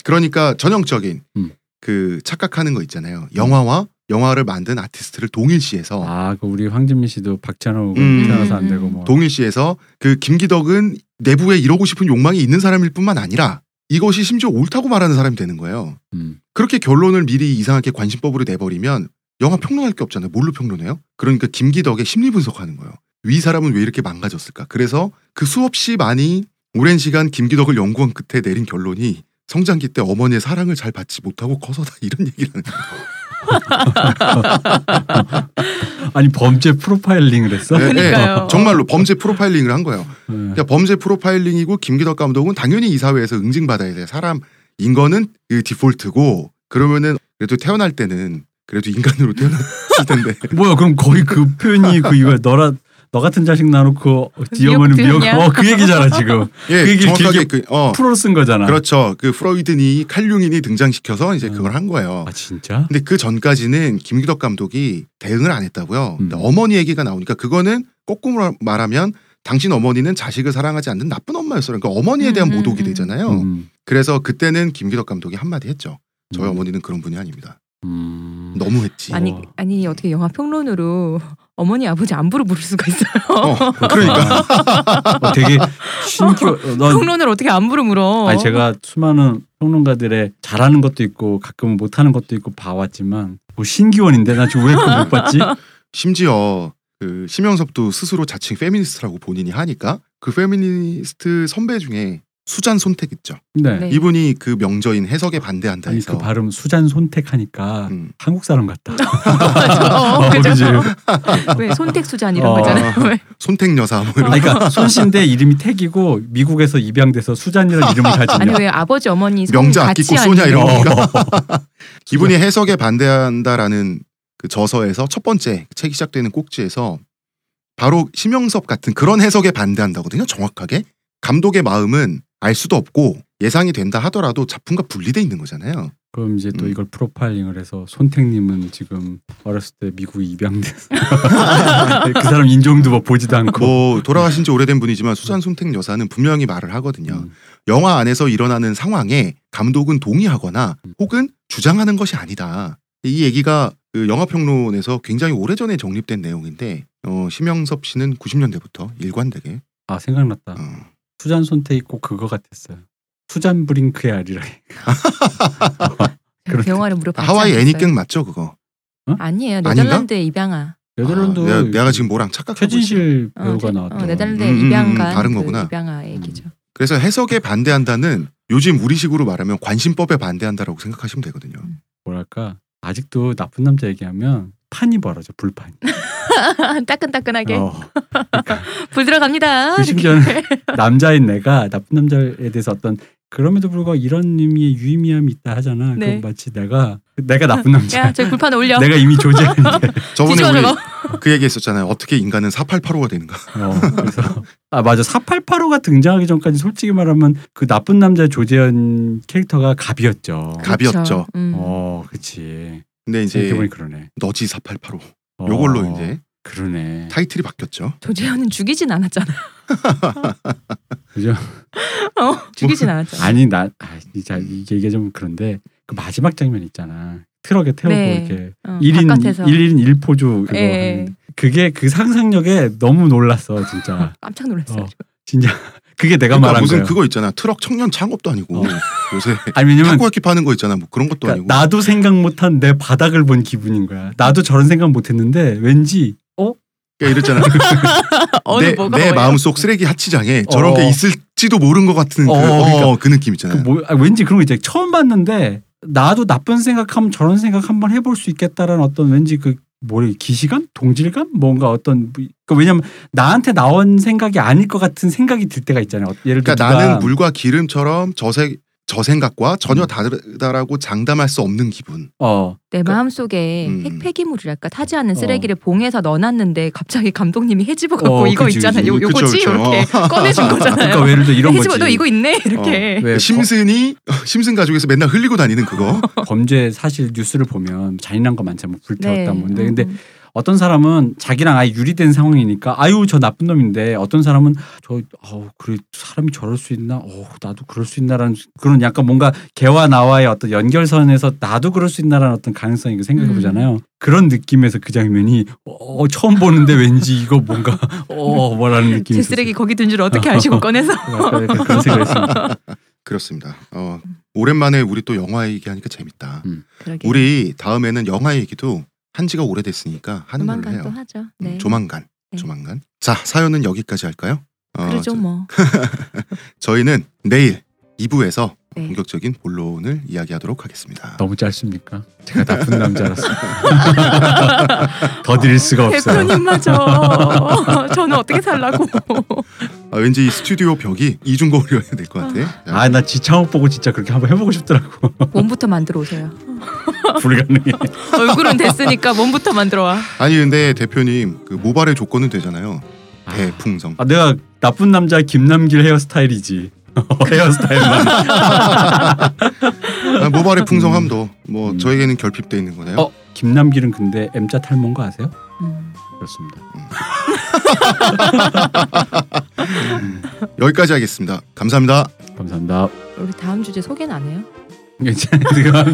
[SPEAKER 1] 그러니까 전형적인
[SPEAKER 2] 음.
[SPEAKER 1] 그 착각하는 거 있잖아요. 영화와 영화를 만든 아티스트를 동일시해서
[SPEAKER 2] 아, 그 우리 황진민 씨도 박찬호
[SPEAKER 1] 음.
[SPEAKER 2] 태어나서 안 되고 뭐.
[SPEAKER 1] 동일시에서 그 김기덕은 내부에 이루고 싶은 욕망이 있는 사람일 뿐만 아니라 이것이 심지어 옳다고 말하는 사람이 되는 거예요.
[SPEAKER 2] 음.
[SPEAKER 1] 그렇게 결론을 미리 이상하게 관심법으로 내버리면 영화 평론할 게 없잖아요. 뭘로 평론해요? 그러니까 김기덕의 심리 분석하는 거예요. 위 사람은 왜 이렇게 망가졌을까? 그래서 그 수없이 많이 오랜 시간 김기덕을 연구한 끝에 내린 결론이 성장기 때 어머니의 사랑을 잘 받지 못하고 커서다 이런 얘기를 하는 거예요.
[SPEAKER 2] 아니 범죄 프로파일링을 했어?
[SPEAKER 1] 네, 네.
[SPEAKER 3] 그러니까요.
[SPEAKER 1] 정말로 범죄 프로파일링을 한 거예요.
[SPEAKER 2] 네.
[SPEAKER 1] 그러니까 범죄 프로파일링이고 김기덕 감독은 당연히 이사회에서 응징받아야 돼. 사람 인거는 그 디폴트고 그러면은 그래도 태어날 때는 그래도 인간으로 태어났을 텐데
[SPEAKER 2] 뭐야 그럼 거의 그 표현이 그 이거 너라 너 같은 자식 나놓고 디어머는 미역
[SPEAKER 3] 미역국이냐?
[SPEAKER 2] 어그
[SPEAKER 1] (laughs)
[SPEAKER 2] 얘기잖아 지금
[SPEAKER 1] 예
[SPEAKER 2] 그 얘기를
[SPEAKER 1] 정확하게
[SPEAKER 2] 길게
[SPEAKER 1] 그어
[SPEAKER 2] 프로로 쓴 거잖아.
[SPEAKER 1] 그렇죠 그 프로이드니 칼융인이 등장시켜서 이제 그걸 한 거예요.
[SPEAKER 2] 아 진짜?
[SPEAKER 1] 근데 그 전까지는 김기덕 감독이 대응을 안 했다고요.
[SPEAKER 2] 음.
[SPEAKER 1] 근데 어머니 얘기가 나오니까 그거는 거꾸로 말하면 당신 어머니는 자식을 사랑하지 않는 나쁜 엄마였어요. 그러니까 어머니에 대한
[SPEAKER 3] 음, 음,
[SPEAKER 1] 모독이
[SPEAKER 3] 음.
[SPEAKER 1] 되잖아요.
[SPEAKER 2] 음.
[SPEAKER 1] 그래서 그때는 김기덕 감독이 한마디 했죠. 저희
[SPEAKER 2] 음.
[SPEAKER 1] 어머니는 그런 분이 아닙니다.
[SPEAKER 2] 음.
[SPEAKER 1] 뭐 너무했지.
[SPEAKER 3] 아니
[SPEAKER 2] 우와.
[SPEAKER 3] 아니 어떻게 영화 평론으로 (laughs) 어머니 아버지 안부를 물을 수가 있어요?
[SPEAKER 1] 어,
[SPEAKER 2] 그러니까 어, 되게
[SPEAKER 3] (laughs)
[SPEAKER 2] 신기해. 어, 난-
[SPEAKER 3] 평론을 어떻게 안부를 물어?
[SPEAKER 2] 아니
[SPEAKER 3] (laughs)
[SPEAKER 2] 제가 수많은 평론가들의 잘하는 것도 있고 가끔은 못하는 것도 있고 봐왔지만 뭐 신기원인데 나 지금 왜 그걸 못 봤지?
[SPEAKER 1] 심지어 그 심영섭도 스스로 자칭 페미니스트라고 본인이 하니까 그 페미니스트 선배 중에 수잔 손택 있죠.
[SPEAKER 2] 네.
[SPEAKER 3] (laughs) 네.
[SPEAKER 1] 이분이 그 명저인 해석에 반대한다
[SPEAKER 2] 아니
[SPEAKER 1] 해서
[SPEAKER 2] 그 발음 수잔 손택하니까
[SPEAKER 1] 음.
[SPEAKER 2] 한국 사람 같다.
[SPEAKER 3] (laughs) 어, 그죠?
[SPEAKER 2] 그지?
[SPEAKER 3] 왜 손택수잔 이런
[SPEAKER 2] 어.
[SPEAKER 3] 거잖아요. 왜?
[SPEAKER 1] 손택 여사 뭐 이런
[SPEAKER 2] 아니, 그러니까 손씨인데 이이름이 택이고 미국에서 입양돼서 수잔이라는
[SPEAKER 3] (laughs)
[SPEAKER 2] 이름을
[SPEAKER 3] 아니
[SPEAKER 2] 가지냐?
[SPEAKER 3] 왜 아버지 어머니 성
[SPEAKER 1] 명자
[SPEAKER 3] 같이
[SPEAKER 1] 아끼고 쏘냐 이런
[SPEAKER 2] 어.
[SPEAKER 1] 거니까
[SPEAKER 3] (laughs)
[SPEAKER 1] 이분이 해석에 반대한다라는 그 저서에서 첫 번째 책이 시작되는 꼭지에서 바로 심영섭 같은 그런 해석에 반대한다거든요. 정확하게 감독의 마음은 알 수도 없고 예상이 된다 하더라도 작품과 분리돼 있는 거잖아요.
[SPEAKER 2] 그럼 이제 또
[SPEAKER 1] 음.
[SPEAKER 2] 이걸 프로파일링을 해서 손택님은 지금 어렸을 때 미국
[SPEAKER 1] (laughs)
[SPEAKER 2] 입양돼서 그 사람 인종도 뭐 보지도 않고.
[SPEAKER 1] 뭐 돌아가신
[SPEAKER 3] 네.
[SPEAKER 1] 지 오래된 분이지만 수잔 손택 여사는 분명히 말을 하거든요.
[SPEAKER 2] 음.
[SPEAKER 1] 영화 안에서 일어나는 상황에 감독은 동의하거나 혹은 주장하는 것이 아니다. 이 얘기가 그 영화평론에서 굉장히 오래전에 정립된 내용인데 어, 심영섭 씨는 90년대부터 일관되게
[SPEAKER 2] 아 생각났다.
[SPEAKER 1] 어,
[SPEAKER 2] 수잔 손태이 꼭 그거 같았어요. 수잔 브링크의 아리랑. 그렇-
[SPEAKER 3] 네, 영화를
[SPEAKER 1] 아,
[SPEAKER 3] 물어봤어요.
[SPEAKER 1] 하와이 애니깽 맞죠 그거?
[SPEAKER 3] 아니에요.
[SPEAKER 1] 아닌가?
[SPEAKER 3] 네덜란드의 입양아.
[SPEAKER 2] 네덜란드
[SPEAKER 1] 아, 내가, 내가 지금 뭐랑 착각하고 있어.
[SPEAKER 2] 최진실
[SPEAKER 3] 어,
[SPEAKER 2] 배우가
[SPEAKER 3] 제-
[SPEAKER 2] 나왔던.
[SPEAKER 3] 어, 네덜란드의
[SPEAKER 1] 음, 음, 음,
[SPEAKER 3] 입양간
[SPEAKER 1] 다른
[SPEAKER 3] 그
[SPEAKER 1] 거구나. 음.
[SPEAKER 3] 입양아 얘기죠. (laughs)
[SPEAKER 1] 그래서 해석에 반대한다는 요즘 우리식으로 말하면 관심법에 반대한다라고 생각하시면 되거든요.
[SPEAKER 2] 음. 뭐랄까 아직도 나쁜 남자 얘기하면 판이 벌어져 불판.
[SPEAKER 3] 따끈따끈하게
[SPEAKER 2] 어. 그러니까
[SPEAKER 3] 불 들어갑니다.
[SPEAKER 2] 의심전 남자인 내가 나쁜 남자에 대해서 어떤 그럼에도 불구하고 이런 의미의 유의미함이 있다 하잖아.
[SPEAKER 3] 네.
[SPEAKER 2] 그건 마치 내가 내가
[SPEAKER 3] (laughs)
[SPEAKER 2] 나쁜 남자.
[SPEAKER 3] (laughs) 야, 저기 불판 올려.
[SPEAKER 2] 내가 이미
[SPEAKER 3] (laughs)
[SPEAKER 2] 조제했는데.
[SPEAKER 1] 저번에
[SPEAKER 3] 뒤집어
[SPEAKER 1] 우리
[SPEAKER 3] 저거.
[SPEAKER 1] 그 얘기했었잖아요. 어떻게 인간은 4885가 되는가?
[SPEAKER 2] 어, 그래서 아 맞아 4885가 등장하기 전까지 솔직히 말하면 그 나쁜 남자 조재현 캐릭터가 갑이었죠.
[SPEAKER 1] 갑이었죠.
[SPEAKER 3] 음.
[SPEAKER 2] 어, 그렇지.
[SPEAKER 1] 근데 이제
[SPEAKER 2] 생각해보니 그러네.
[SPEAKER 1] 너지 4885
[SPEAKER 2] 어,
[SPEAKER 1] 요걸로 이제
[SPEAKER 2] 그러네.
[SPEAKER 1] 타이틀이 바뀌었죠.
[SPEAKER 3] 조재현은 죽이진 않았잖아.
[SPEAKER 2] 그죠?
[SPEAKER 3] 어, 죽이진 않았잖아.
[SPEAKER 2] 아니 나 아, 진짜 이게 이게 좀 그런데 그 마지막 장면 있잖아. 트럭에 태우고
[SPEAKER 3] 네.
[SPEAKER 2] 이렇게
[SPEAKER 3] 어,
[SPEAKER 2] 일인
[SPEAKER 3] 바깥에서
[SPEAKER 2] 1인 1포조 그거
[SPEAKER 3] 예.
[SPEAKER 2] 하는. 그게 그 상상력에 너무 놀랐어, 진짜.
[SPEAKER 3] 깜짝 놀랐어요.
[SPEAKER 2] 어. 진짜 그게 내가
[SPEAKER 1] 그러니까
[SPEAKER 2] 말한
[SPEAKER 1] 무슨
[SPEAKER 2] 거예요.
[SPEAKER 1] 그거 있잖아. 트럭 청년 창업도 아니고
[SPEAKER 2] 어.
[SPEAKER 1] 요새
[SPEAKER 2] 아니 (laughs) 왜냐면
[SPEAKER 1] 타코야끼 파는 거 있잖아. 뭐 그런 것도
[SPEAKER 2] 그러니까
[SPEAKER 1] (laughs) 아니고.
[SPEAKER 2] 나도 생각 못한 내 바닥을 본 기분인 거야. 나도 저런 생각 못했는데 왠지
[SPEAKER 1] 그러니까
[SPEAKER 2] (laughs)
[SPEAKER 1] 이랬잖아.
[SPEAKER 3] 어느
[SPEAKER 1] 내,
[SPEAKER 3] 뭐가
[SPEAKER 1] 내
[SPEAKER 3] 어디가-
[SPEAKER 1] 마음속 쓰레기 하치장에 저런
[SPEAKER 2] 어.
[SPEAKER 1] 게 있을지도 모른 것 같은
[SPEAKER 2] 어,
[SPEAKER 1] 그,
[SPEAKER 2] 어,
[SPEAKER 1] 그러니까
[SPEAKER 2] 어.
[SPEAKER 1] 그 느낌
[SPEAKER 2] 그
[SPEAKER 1] 있잖아요.
[SPEAKER 2] 뭐, 아, 왠지 그런 거 있잖아. 처음 봤는데 나도 나쁜 생각하면 저런 생각 한번 해볼 수 있겠다라는 어떤 왠지 그 뭐래 기시감, 동질감, 뭔가 어떤 그 왜냐면 나한테 나온 생각이 아닐 것 같은 생각이 들 때가 있잖아요. 예를
[SPEAKER 1] 그러니까
[SPEAKER 2] 들어 누가 음.
[SPEAKER 1] 나는 물과 기름처럼 저색 저 생각과 전혀 다르다라고 장담할 수 없는 기분.
[SPEAKER 2] 어
[SPEAKER 3] 내 마음 속에
[SPEAKER 1] 음.
[SPEAKER 3] 핵 폐기물이랄까 타지 않는
[SPEAKER 2] 어.
[SPEAKER 3] 쓰레기를 봉에서 넣어놨는데 갑자기 감독님이 해집어 갖고
[SPEAKER 2] 어,
[SPEAKER 3] 이거
[SPEAKER 2] 그치,
[SPEAKER 3] 있잖아.
[SPEAKER 2] 그치.
[SPEAKER 3] 요 요거지
[SPEAKER 1] 그쵸, 그쵸.
[SPEAKER 3] 이렇게 (laughs) 꺼내준 거잖아요.
[SPEAKER 2] 그러니까 예를 들어 이런 거지.
[SPEAKER 3] 해집어 뭐 너 이거 있네 이렇게.
[SPEAKER 2] 왜
[SPEAKER 1] 심슨이 (laughs) 심슨 가족에서 맨날 흘리고 다니는
[SPEAKER 2] (laughs)
[SPEAKER 1] 그거.
[SPEAKER 2] 범- 범죄 사실 뉴스를 보면 잔인한 거 많잖아. 뭐 불태웠다 뭐 근데 근데
[SPEAKER 3] 네. 음.
[SPEAKER 2] 어떤 사람은 자기랑 아예 유리된 상황이니까 아유 저 나쁜 놈인데 어떤 사람은 저 아우 그래 사람이 저럴 수 있나 어 나도 그럴 수 있나라는 그런 약간 뭔가 개와 나와의 어떤 연결선에서 나도 그럴 수 있나라는 어떤 가능성이 있고 생각해
[SPEAKER 3] 음.
[SPEAKER 2] 보잖아요 그런 느낌에서 그 장면이 어 어, 처음 보는데 왠지 이거 뭔가 어 뭐라는 느낌이
[SPEAKER 3] 제
[SPEAKER 2] 있었어요.
[SPEAKER 3] 쓰레기 거기 둔 줄 어떻게 아시고
[SPEAKER 2] (laughs)
[SPEAKER 3] 꺼내서.
[SPEAKER 2] 약간 약간 그런 생각했습니다.
[SPEAKER 1] 그렇습니다. 어, 오랜만에 우리 또 영화 얘기하니까 재밌다.
[SPEAKER 2] 음.
[SPEAKER 3] 그러게.
[SPEAKER 1] 우리 다음에는 영화 얘기도 한 지가 오래됐으니까 하는 걸로
[SPEAKER 3] 조만간
[SPEAKER 1] 해요. 음,
[SPEAKER 3] 또 하죠. 네.
[SPEAKER 1] 조만간.
[SPEAKER 3] 네.
[SPEAKER 1] 조만간. 자, 사연은 여기까지 할까요? 어,
[SPEAKER 3] 그러죠
[SPEAKER 1] 저-
[SPEAKER 3] 뭐.
[SPEAKER 1] 저희는 내일 2부에서
[SPEAKER 3] 네.
[SPEAKER 1] 본격적인 본론을 이야기하도록 하겠습니다.
[SPEAKER 2] 너무 짧습니까? 제가 나쁜
[SPEAKER 3] (laughs)
[SPEAKER 2] 남자라서 더 드릴 수가 없어요.
[SPEAKER 3] 네, (laughs) 대표님마저 저는 어떻게 살라고.
[SPEAKER 1] 아, 왠지 이 스튜디오 벽이 이중 거울이어야 될 것 같아. 자,
[SPEAKER 2] 아 나 지창욱 보고 진짜 그렇게 한번 해보고 싶더라고
[SPEAKER 3] 몸부터 만들어 오세요.
[SPEAKER 2] 불가능해.
[SPEAKER 3] 얼굴은 됐으니까 몸부터 만들어 와.
[SPEAKER 1] 아니 근데 대표님 그 모발의 조건은 되잖아요. 대풍성.
[SPEAKER 2] 아 내가 나쁜 남자 김남길 (laughs) 헤어스타일이지 헤어스타일만
[SPEAKER 1] 아, 모발의 풍성함도 뭐 저에게는 결핍돼 있는 거네요.
[SPEAKER 2] 어 김남길은 근데 M자 탈모인 거 아세요?
[SPEAKER 3] 음.
[SPEAKER 2] 그렇습니다
[SPEAKER 1] 여기까지 하겠습니다. 감사합니다.
[SPEAKER 2] 감사합니다 (laughs)
[SPEAKER 3] 우리 다음 주제 소개는 안 해요?
[SPEAKER 2] 괜찮아요